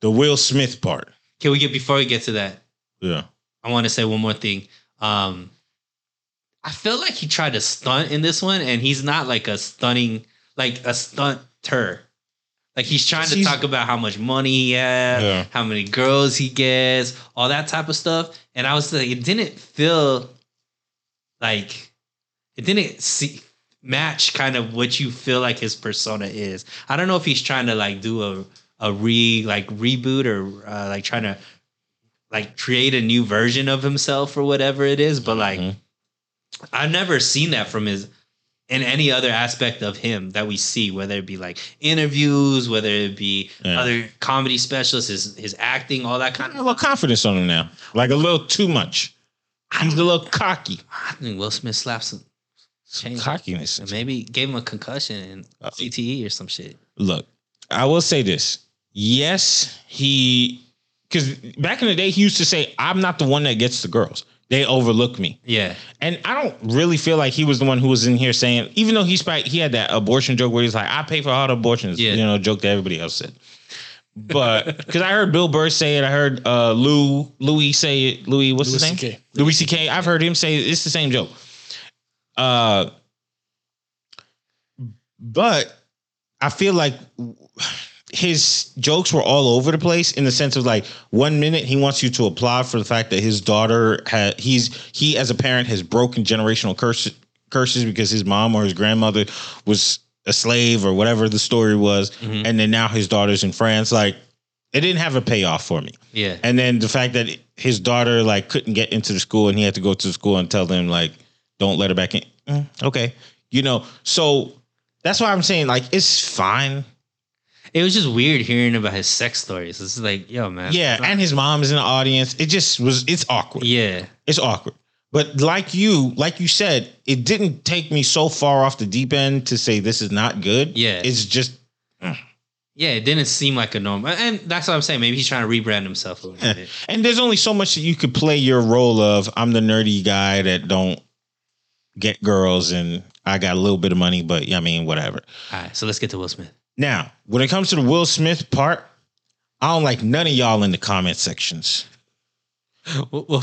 Speaker 1: the will smith part
Speaker 3: Can we get before we get to that?
Speaker 1: yeah
Speaker 3: I want to say one more thing. Um, I feel like he tried to stunt in this one, and he's not like a stunning, like a stunter. Like he's trying to
Speaker 1: He's-
Speaker 3: talk about how much money he has,
Speaker 1: Yeah.
Speaker 3: how many girls he gets, all that type of stuff. And I was like, it didn't feel like it didn't see, match kind of what you feel like his persona is. I don't know if he's trying to like do a a re like reboot or uh, like trying to like create a new version of himself or whatever it is, but like
Speaker 1: Mhm.
Speaker 3: I've never seen that from his in any other aspect of him that we see, whether it be like interviews, whether it be
Speaker 1: Yeah.
Speaker 3: other comedy specialists, his his acting, all that kind
Speaker 1: a
Speaker 3: of.
Speaker 1: little confidence on him now like a little too much he's a little cocky
Speaker 3: I think Will Smith slapped some
Speaker 1: Some
Speaker 3: Change.
Speaker 1: cockiness
Speaker 3: and maybe gave him a concussion and
Speaker 1: Uh,
Speaker 3: CTE E or some shit.
Speaker 1: look, I will say this. Yes, he because back in the day he used to say, I'm not the one that gets the girls. They overlook me.
Speaker 3: Yeah,
Speaker 1: And I don't really feel like he was the one who was in here saying, even though he spiked, he had that abortion joke where he's like, I pay for all the abortions,
Speaker 3: Yeah.
Speaker 1: you know, joke that everybody else said. But because I heard Bill Burr say it, I heard uh Lou Louis say it. Louis, what's
Speaker 2: Louis
Speaker 1: his name?
Speaker 2: CK.
Speaker 1: Louis C.K. I've heard him say it's the same joke. Uh, but I feel like his jokes were all over the place in the sense of like one minute he wants you to applaud for the fact that his daughter had he's he as a parent has broken generational curses curses because his mom or his grandmother was a slave or whatever the story was
Speaker 3: Mhm.
Speaker 1: and then now his daughter's in France like it didn't have a payoff for me
Speaker 3: yeah,
Speaker 1: and then the fact that his daughter like couldn't get into the school and he had to go to the school and tell them like don't let her back in. Mm, okay. You know, so that's why I'm saying like it's fine.
Speaker 3: it was just weird hearing about his sex stories. It's like, yo, man,
Speaker 1: Yeah,
Speaker 3: it's not-
Speaker 1: and his mom is in the audience. It just was it's awkward.
Speaker 3: yeah,
Speaker 1: It's awkward. But like you, like you said, it didn't take me so far off the deep end to say this is not good.
Speaker 3: Yeah.
Speaker 1: It's just
Speaker 3: yeah. It didn't seem like a normal, and that's what I'm saying. Maybe he's trying to rebrand himself a little
Speaker 1: Yeah.
Speaker 3: bit.
Speaker 1: And there's only so much that you could play your role of. I'm the nerdy guy that don't get girls, and I got a little bit of money, but yeah, I mean, whatever.
Speaker 3: All right, so let's get to Will Smith.
Speaker 1: Now, when it comes to the Will Smith part, I don't like none of y'all in the comment sections.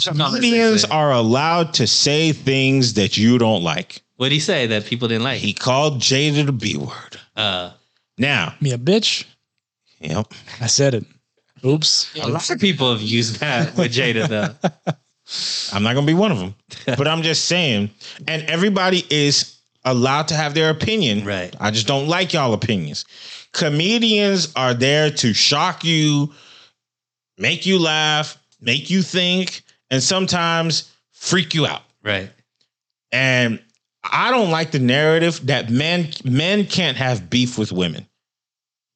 Speaker 1: Comedians are allowed to say things that you don't like.
Speaker 3: What did he say that people didn't like?
Speaker 1: He called Jada the B word.
Speaker 3: uh,
Speaker 1: Now,
Speaker 2: Me a bitch.
Speaker 1: yep.
Speaker 2: I said it. Oops.
Speaker 3: a lot of people have used that with Jada though.
Speaker 1: I'm not gonna be one of them, but I'm just saying. And everybody is allowed to have their opinion.
Speaker 3: Right.
Speaker 1: I just don't like y'all opinions. Comedians are there to shock you, make you laugh, make you think, and sometimes freak you out.
Speaker 3: right.
Speaker 1: And I don't like the narrative that men men can't have beef with women.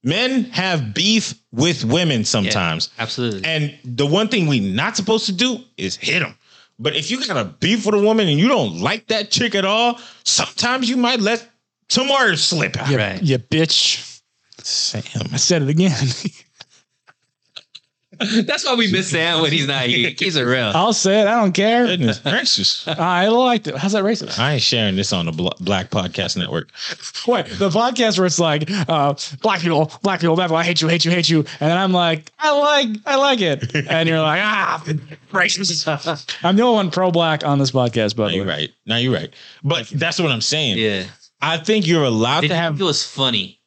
Speaker 1: Men have beef with women sometimes.
Speaker 3: Absolutely.
Speaker 1: And the one thing we not supposed to do is hit them. But if you got a beef with a woman and you don't like that chick at all, sometimes you might let some words slip out.
Speaker 2: You,
Speaker 3: Right.
Speaker 2: you bitch.
Speaker 1: Sam.
Speaker 2: I said it again.
Speaker 3: That's why we miss Sam when he's not here. He's a real.
Speaker 2: I'll say it. I don't care.
Speaker 1: Goodness gracious.
Speaker 2: I liked it. How's that racist?
Speaker 1: I ain't sharing this on the Bla- Black Podcast Network.
Speaker 2: Wait, the podcast where it's like, uh, black people, black people, black people, I hate you, hate you, hate you. And then I'm like, I like, I like it. And you're like, ah, racist. I'm the only one pro black on this podcast, by
Speaker 1: Now
Speaker 2: the
Speaker 1: you're
Speaker 2: way.
Speaker 1: right. Now you're right. But that's what I'm saying.
Speaker 3: Yeah.
Speaker 1: I think you're allowed
Speaker 3: Did
Speaker 1: to
Speaker 3: you
Speaker 1: have.
Speaker 3: think it was funny?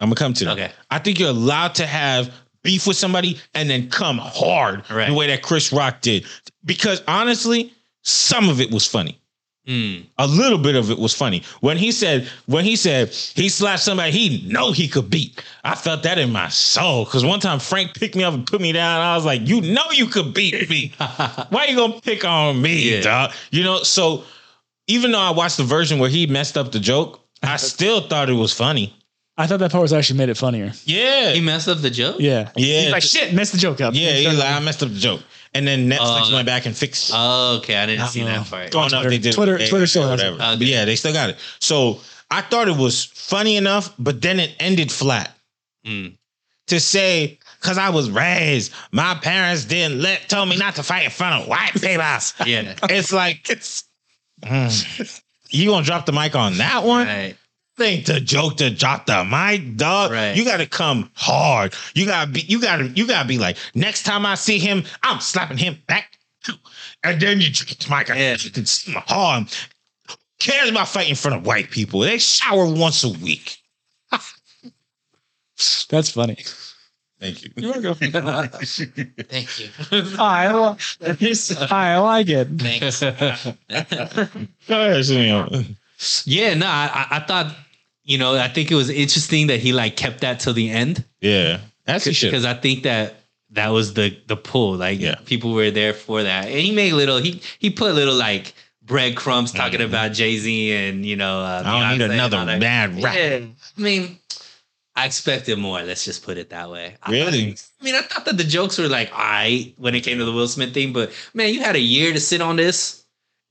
Speaker 1: I'm gonna come to that.
Speaker 3: Okay.
Speaker 1: I think you're allowed to have beef with somebody and then come hard
Speaker 3: Right.
Speaker 1: the way that Chris Rock did. Because honestly, some of it was funny.
Speaker 3: Mm.
Speaker 1: A little bit of it was funny. When he said, when he said he slapped somebody he know he could beat. I felt that in my soul. Cause one time Frank picked me up and put me down. I was like, you know you could beat me. Why you gonna pick on me,
Speaker 3: Yeah.
Speaker 1: dog? You know, so even though I watched the version where he messed up the joke, I still thought it was funny.
Speaker 2: I thought that part was actually made it funnier.
Speaker 1: Yeah.
Speaker 3: he messed up the joke?
Speaker 2: Yeah.
Speaker 1: Yeah.
Speaker 2: He's like, shit, messed the joke up.
Speaker 1: Yeah, he's like, I messed up the joke. And then Netflix
Speaker 3: Oh,
Speaker 1: went back and fixed it.
Speaker 3: Oh, okay. I didn't see
Speaker 2: Oh.
Speaker 3: that part.
Speaker 1: oh, no,
Speaker 2: Twitter-
Speaker 1: they did.
Speaker 2: Twitter-
Speaker 1: they,
Speaker 2: Twitter still has it.
Speaker 1: whatever.
Speaker 3: Okay.
Speaker 1: But Uh, yeah, they still got it. So I thought it was funny enough, but then it ended flat
Speaker 3: Mm.
Speaker 1: to say, because I was raised, my parents didn't let, told me not to fight in front of white people.
Speaker 3: Yeah.
Speaker 1: it's like, it's, Mm. you gonna drop the mic on that one?
Speaker 3: right.
Speaker 1: think the joke to drop the mic, dog.
Speaker 3: Right.
Speaker 1: You gotta come hard. You gotta be you gotta you gotta be like, next time I see him, I'm slapping him back. And then you drop the mic
Speaker 3: Yeah.
Speaker 1: and you can see him hard. Cares about fighting in front of white people. They shower once a week.
Speaker 2: That's funny.
Speaker 1: Thank you.
Speaker 2: You're welcome.
Speaker 4: Thank you.
Speaker 2: I, li- I like it.
Speaker 4: Thanks.
Speaker 1: Go ahead, Sunil.
Speaker 3: yeah, no, I, I I thought, you know, I think it was interesting that he like kept that till the end.
Speaker 1: Yeah. That's the shit.
Speaker 3: because I think that that was the the pull. Like
Speaker 1: Yeah.
Speaker 3: people were there for that, and he made little he he put little like breadcrumbs talking
Speaker 1: Mhm.
Speaker 3: about Jay Z and you know. Uh,
Speaker 1: I don't
Speaker 3: Beyonce
Speaker 1: need
Speaker 3: and all
Speaker 1: another
Speaker 3: that.
Speaker 1: mad rap.
Speaker 3: Yeah, I mean, I expected more. Let's just put it that way. I-
Speaker 1: Really?
Speaker 3: I mean, I thought that the jokes were like I when it came to the Will Smith thing, but man, you had a year to sit on this.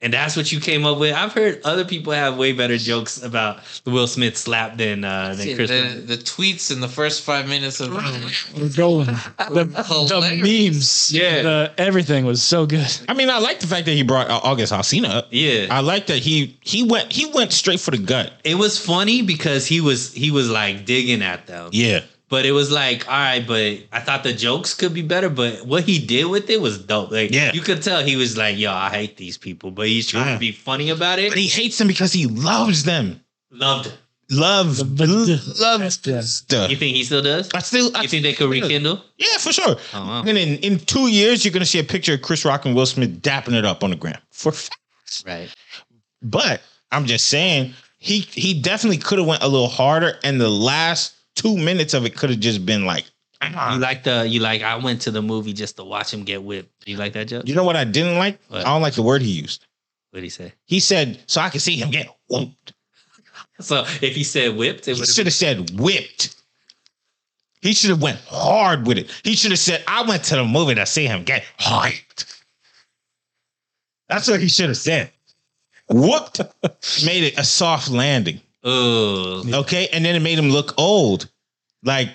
Speaker 3: And that's what you came up with. I've heard other people have way better jokes about the Will Smith slap than uh, than Chris.
Speaker 4: the, the tweets in the first five minutes of
Speaker 2: We're golden. The, the memes.
Speaker 4: Hilarious.
Speaker 3: Yeah.
Speaker 2: The, everything was so good.
Speaker 1: I mean, I like the fact that he brought uh, August Alsina up.
Speaker 3: yeah,
Speaker 1: I like that he he went he went straight for the gut.
Speaker 3: it was funny because he was he was like digging at them
Speaker 1: Yeah.
Speaker 3: but it was like all right but i thought the jokes could be better but what he did with it was dope like
Speaker 1: Yeah.
Speaker 3: you could tell he was like yo i hate these people but he's trying
Speaker 1: Yeah.
Speaker 3: to be funny about
Speaker 1: But
Speaker 3: it
Speaker 1: he hates them because he loves them.
Speaker 3: loved it
Speaker 1: love
Speaker 2: The- the-
Speaker 1: love
Speaker 2: the-
Speaker 1: stuff.
Speaker 3: you think he still does
Speaker 1: I still, I
Speaker 3: you think they could rekindle
Speaker 1: yeah, for sure.
Speaker 3: oh wow
Speaker 1: And in, in two years, you're gonna see a picture of Chris Rock and Will Smith dapping it up on the gram. For fa-
Speaker 3: right
Speaker 1: but I'm just saying, he he definitely could have went a little harder, and the last two minutes of it could have just been like,
Speaker 3: you
Speaker 1: "Ah."
Speaker 3: like the you like i went to the movie just to watch him get whipped you like that joke
Speaker 1: you know what I didn't like?
Speaker 3: What?
Speaker 1: I don't like the word he used.
Speaker 3: what'd he say
Speaker 1: He said, so I could see him get whooped.
Speaker 3: so if he said whipped it
Speaker 1: He
Speaker 3: would
Speaker 1: should have said whipped. He should have went hard with it. He should have said, I went to the movie to see him get hyped. That's what he should have said. Whooped made it a soft landing.
Speaker 3: oh
Speaker 1: Okay. And then it made him look old. Like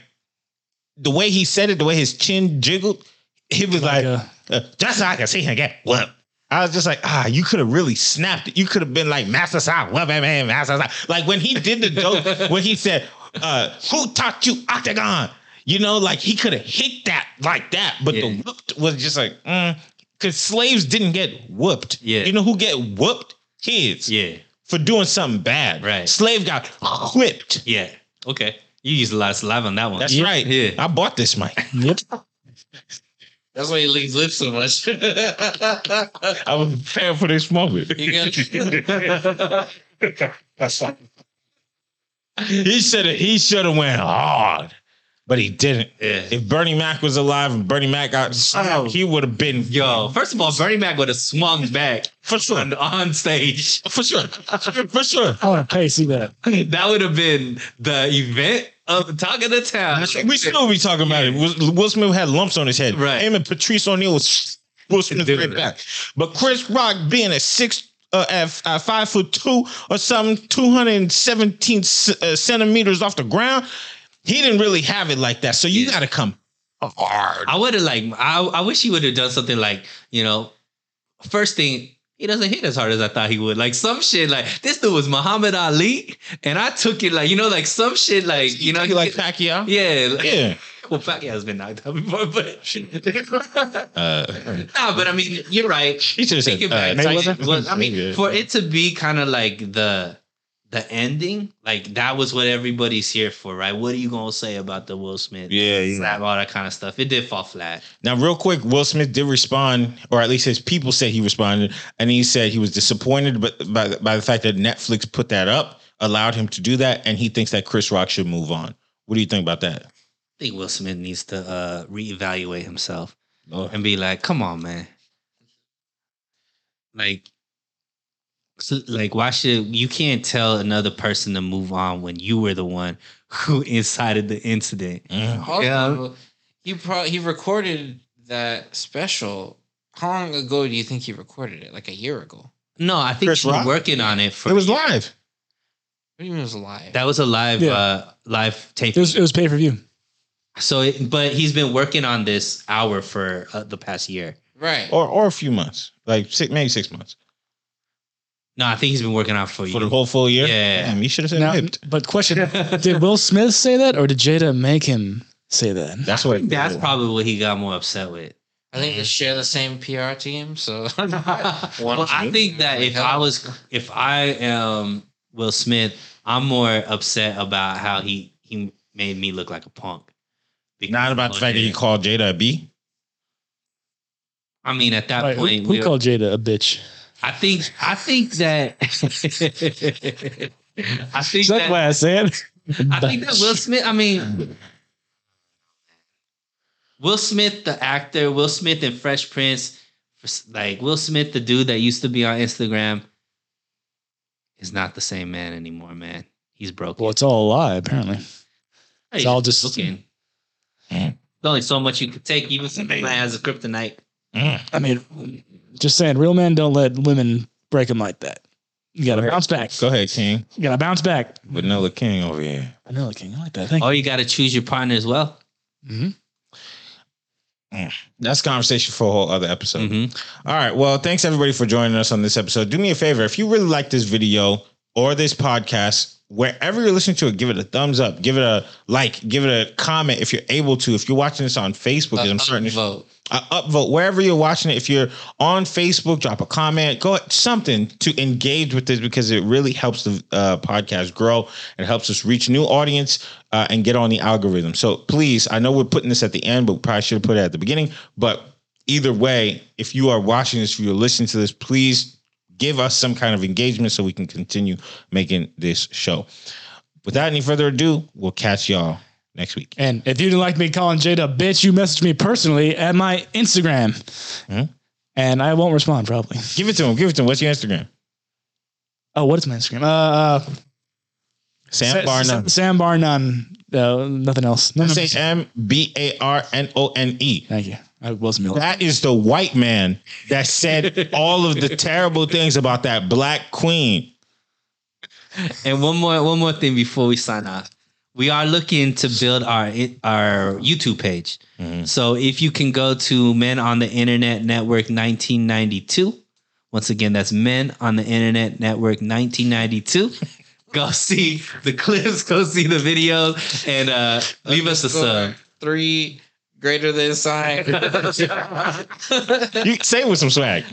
Speaker 1: the way he said it, the way his chin jiggled, he was like,
Speaker 2: uh,
Speaker 1: uh, just so I can see him get whooped. I was just like, ah, you could have really snapped it. You could have been like, Master Sai, whoop him, man, Master Sai. Like when he did the joke, when he said, uh, who taught you octagon? You know, like he could have hit that like that, but the
Speaker 3: Yeah.
Speaker 1: whooped was just like, mm, because slaves didn't get whooped.
Speaker 3: Yeah.
Speaker 1: You know who get whooped? Kids
Speaker 3: yeah
Speaker 1: for doing something bad.
Speaker 3: Right.
Speaker 1: Slave got whipped.
Speaker 3: yeah okay you used a lot of saliva on that one
Speaker 1: That's
Speaker 2: Yeah.
Speaker 1: right.
Speaker 3: Yeah.
Speaker 1: I bought this mic.
Speaker 2: yep.
Speaker 4: That's why he leaves lips so much. you
Speaker 1: I was prepared for this moment.
Speaker 4: got
Speaker 1: He should have. He should have went hard, but he didn't.
Speaker 3: yeah
Speaker 1: If Bernie Mac was alive and Bernie Mac got,
Speaker 3: Oh.
Speaker 1: he would have been
Speaker 3: Yo, first of all, Bernie Mac would have swung back
Speaker 1: for sure,
Speaker 3: on, on stage.
Speaker 1: for sure, for sure.
Speaker 2: I want to pay see that.
Speaker 3: That would have been the event of the talk of the town.
Speaker 1: We still be talking about it. Will Will Smith had lumps on his head.
Speaker 3: Right.
Speaker 1: Him and Patrice O'Neal was Will Smith
Speaker 3: Dude.
Speaker 1: right back. But Chris Rock being a six. Uh, at uh, five foot two or something, 217 c- uh, centimeters off the ground, he didn't really have it like that. So you
Speaker 3: Yeah.
Speaker 1: got to come hard.
Speaker 3: I would have like I, I wish he would have done something like, you know, first thing, he doesn't hit as hard as I thought he would. Like some shit like this dude was Muhammad Ali and I took it like, you know, like some shit like, you know,
Speaker 1: you like Pacquiao?
Speaker 3: yeah, like,
Speaker 1: Yeah.
Speaker 3: Well, Pacquiao's been knocked out before, but
Speaker 1: Uh,
Speaker 3: Nah, but I mean, you're right.
Speaker 1: he should have said
Speaker 3: Think
Speaker 1: uh,
Speaker 3: about it.
Speaker 1: Tyson-
Speaker 3: Well, I
Speaker 1: uh, Yeah.
Speaker 3: mean, for it to be kind of like the the ending, like that was what everybody's here for, right? What are you gonna say about the Will Smith?
Speaker 1: yeah, you know.
Speaker 3: Slap, all that kind of stuff. It did fall flat.
Speaker 1: Now, real quick, Will Smith did respond, or at least his people said he responded, and he said he was disappointed but by, the- by the fact that Netflix put that up, allowed him to do that, and he thinks that Chris Rock should move on. What do you think about that?
Speaker 3: I think Will Smith needs to uh, reevaluate himself
Speaker 1: Oh,
Speaker 3: and be like, "Come on, man! Like, so, like, why should you can't tell another person to move on when you were the one who incited the incident?
Speaker 1: mm.
Speaker 4: Also, he probably he recorded that special. How long ago do you think he recorded it? Like a year ago. What
Speaker 3: No, I think
Speaker 1: Chris
Speaker 3: he's
Speaker 1: Rock?
Speaker 3: working on it for
Speaker 1: It was live.
Speaker 4: do you mean it was alive?
Speaker 3: That was a live
Speaker 2: Yeah.
Speaker 3: uh, live tape.
Speaker 2: It was, it was pay per view.
Speaker 3: so, it, but he's been working on this hour for uh, the past year.
Speaker 4: right.
Speaker 1: Or or a few months, like six, maybe six months
Speaker 3: No, I think he's been working on it for,
Speaker 1: for the whole full year.
Speaker 3: Yeah.
Speaker 1: Damn, you should have said
Speaker 2: Now,
Speaker 1: hyped.
Speaker 2: but question: Did Will Smith say that, or did Jada make him say that?
Speaker 1: That's what.
Speaker 3: That's probably what he got more upset with.
Speaker 4: I think
Speaker 1: Mm-hmm.
Speaker 4: they share the same PR team, so
Speaker 3: well, I think that if I was, if I am Will Smith, I'm more upset about how he he made me look like a punk. Because-
Speaker 1: not about the fact that you called Jada a B.
Speaker 3: I mean, at that
Speaker 2: Right, who,
Speaker 3: point,
Speaker 2: who
Speaker 3: we-
Speaker 2: called Jada a bitch?
Speaker 3: I think I think that I think
Speaker 2: Is that why I said?
Speaker 3: I think that Will Smith. I mean, Will Smith, the actor, Will Smith and Fresh Prince, like Will Smith, the dude that used to be on Instagram, is not the same man anymore. Man, he's broken.
Speaker 2: Well, it's all a lie, apparently.
Speaker 3: He's
Speaker 2: it's all just-
Speaker 3: broken. There's only so much you could take, even something as a kryptonite.
Speaker 1: Mm.
Speaker 2: I mean, just saying, real men don't let women break them like that. You gotta bounce back.
Speaker 1: Go ahead, King.
Speaker 2: You gotta bounce back.
Speaker 1: Vanilla King over here.
Speaker 2: Vanilla King, I like that. Thank
Speaker 3: Or you got to choose your partner as well.
Speaker 2: you. Mhm.
Speaker 1: That's conversation for a whole other episode.
Speaker 3: Mhm.
Speaker 1: All right. Well, thanks everybody for joining us on this episode. Do me a favor. If you really like this video or this podcast, wherever you're listening to it, give it a thumbs up, give it a like, give it a comment if you're able to. If you're watching this on Facebook,
Speaker 4: Uh,
Speaker 1: 'cause I'm starting to
Speaker 4: vote.
Speaker 1: a upvote wherever you're watching it. If you're on Facebook, drop a comment, go something to engage with this because it really helps the uh, podcast grow and helps us reach new audience uh, and get on the algorithm. So please, I know we're putting this at the end, but we probably should have put it at the beginning. But either way, if you are watching this, if you're listening to this, please give us some kind of engagement so we can continue making this show. Without any further ado, we'll catch y'all next week.
Speaker 2: And if you didn't like me calling Jada a bitch, you message me personally at my Instagram.
Speaker 3: Hmm?
Speaker 1: Mhm.
Speaker 2: And I won't respond, probably.
Speaker 1: Give it to him. Give it to him. What's your Instagram?
Speaker 2: Oh, what is my Instagram? Uh, uh,
Speaker 1: Sam
Speaker 2: Sa-
Speaker 1: Barnum.
Speaker 2: Sa- Sam Bar none. Uh, nothing else. No, no,
Speaker 1: S A M B A R N O N E.
Speaker 2: Thank you. I was milk.
Speaker 1: That is the white man that said all of the terrible things about that black queen.
Speaker 3: And one more, one more thing before we sign off, we are looking to build our our YouTube page. So if you can go to Men on the Internet Network 1992, once again, that's Men on the Internet Network 1992. go see the clips, go see the videos, and uh, leave us a sub.
Speaker 4: Three greater than sign.
Speaker 1: You say it with some swag.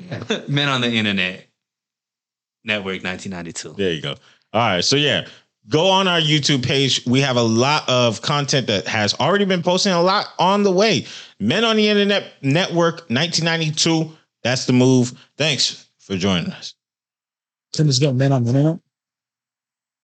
Speaker 3: Men on the Internet Network 1992.
Speaker 1: There you go. All right. So yeah, go on our YouTube page. We have a lot of content that has already been posted, and a lot on the way. Men on the Internet Network 1992. That's the move. Thanks for joining us.
Speaker 2: Send this to men on the internet.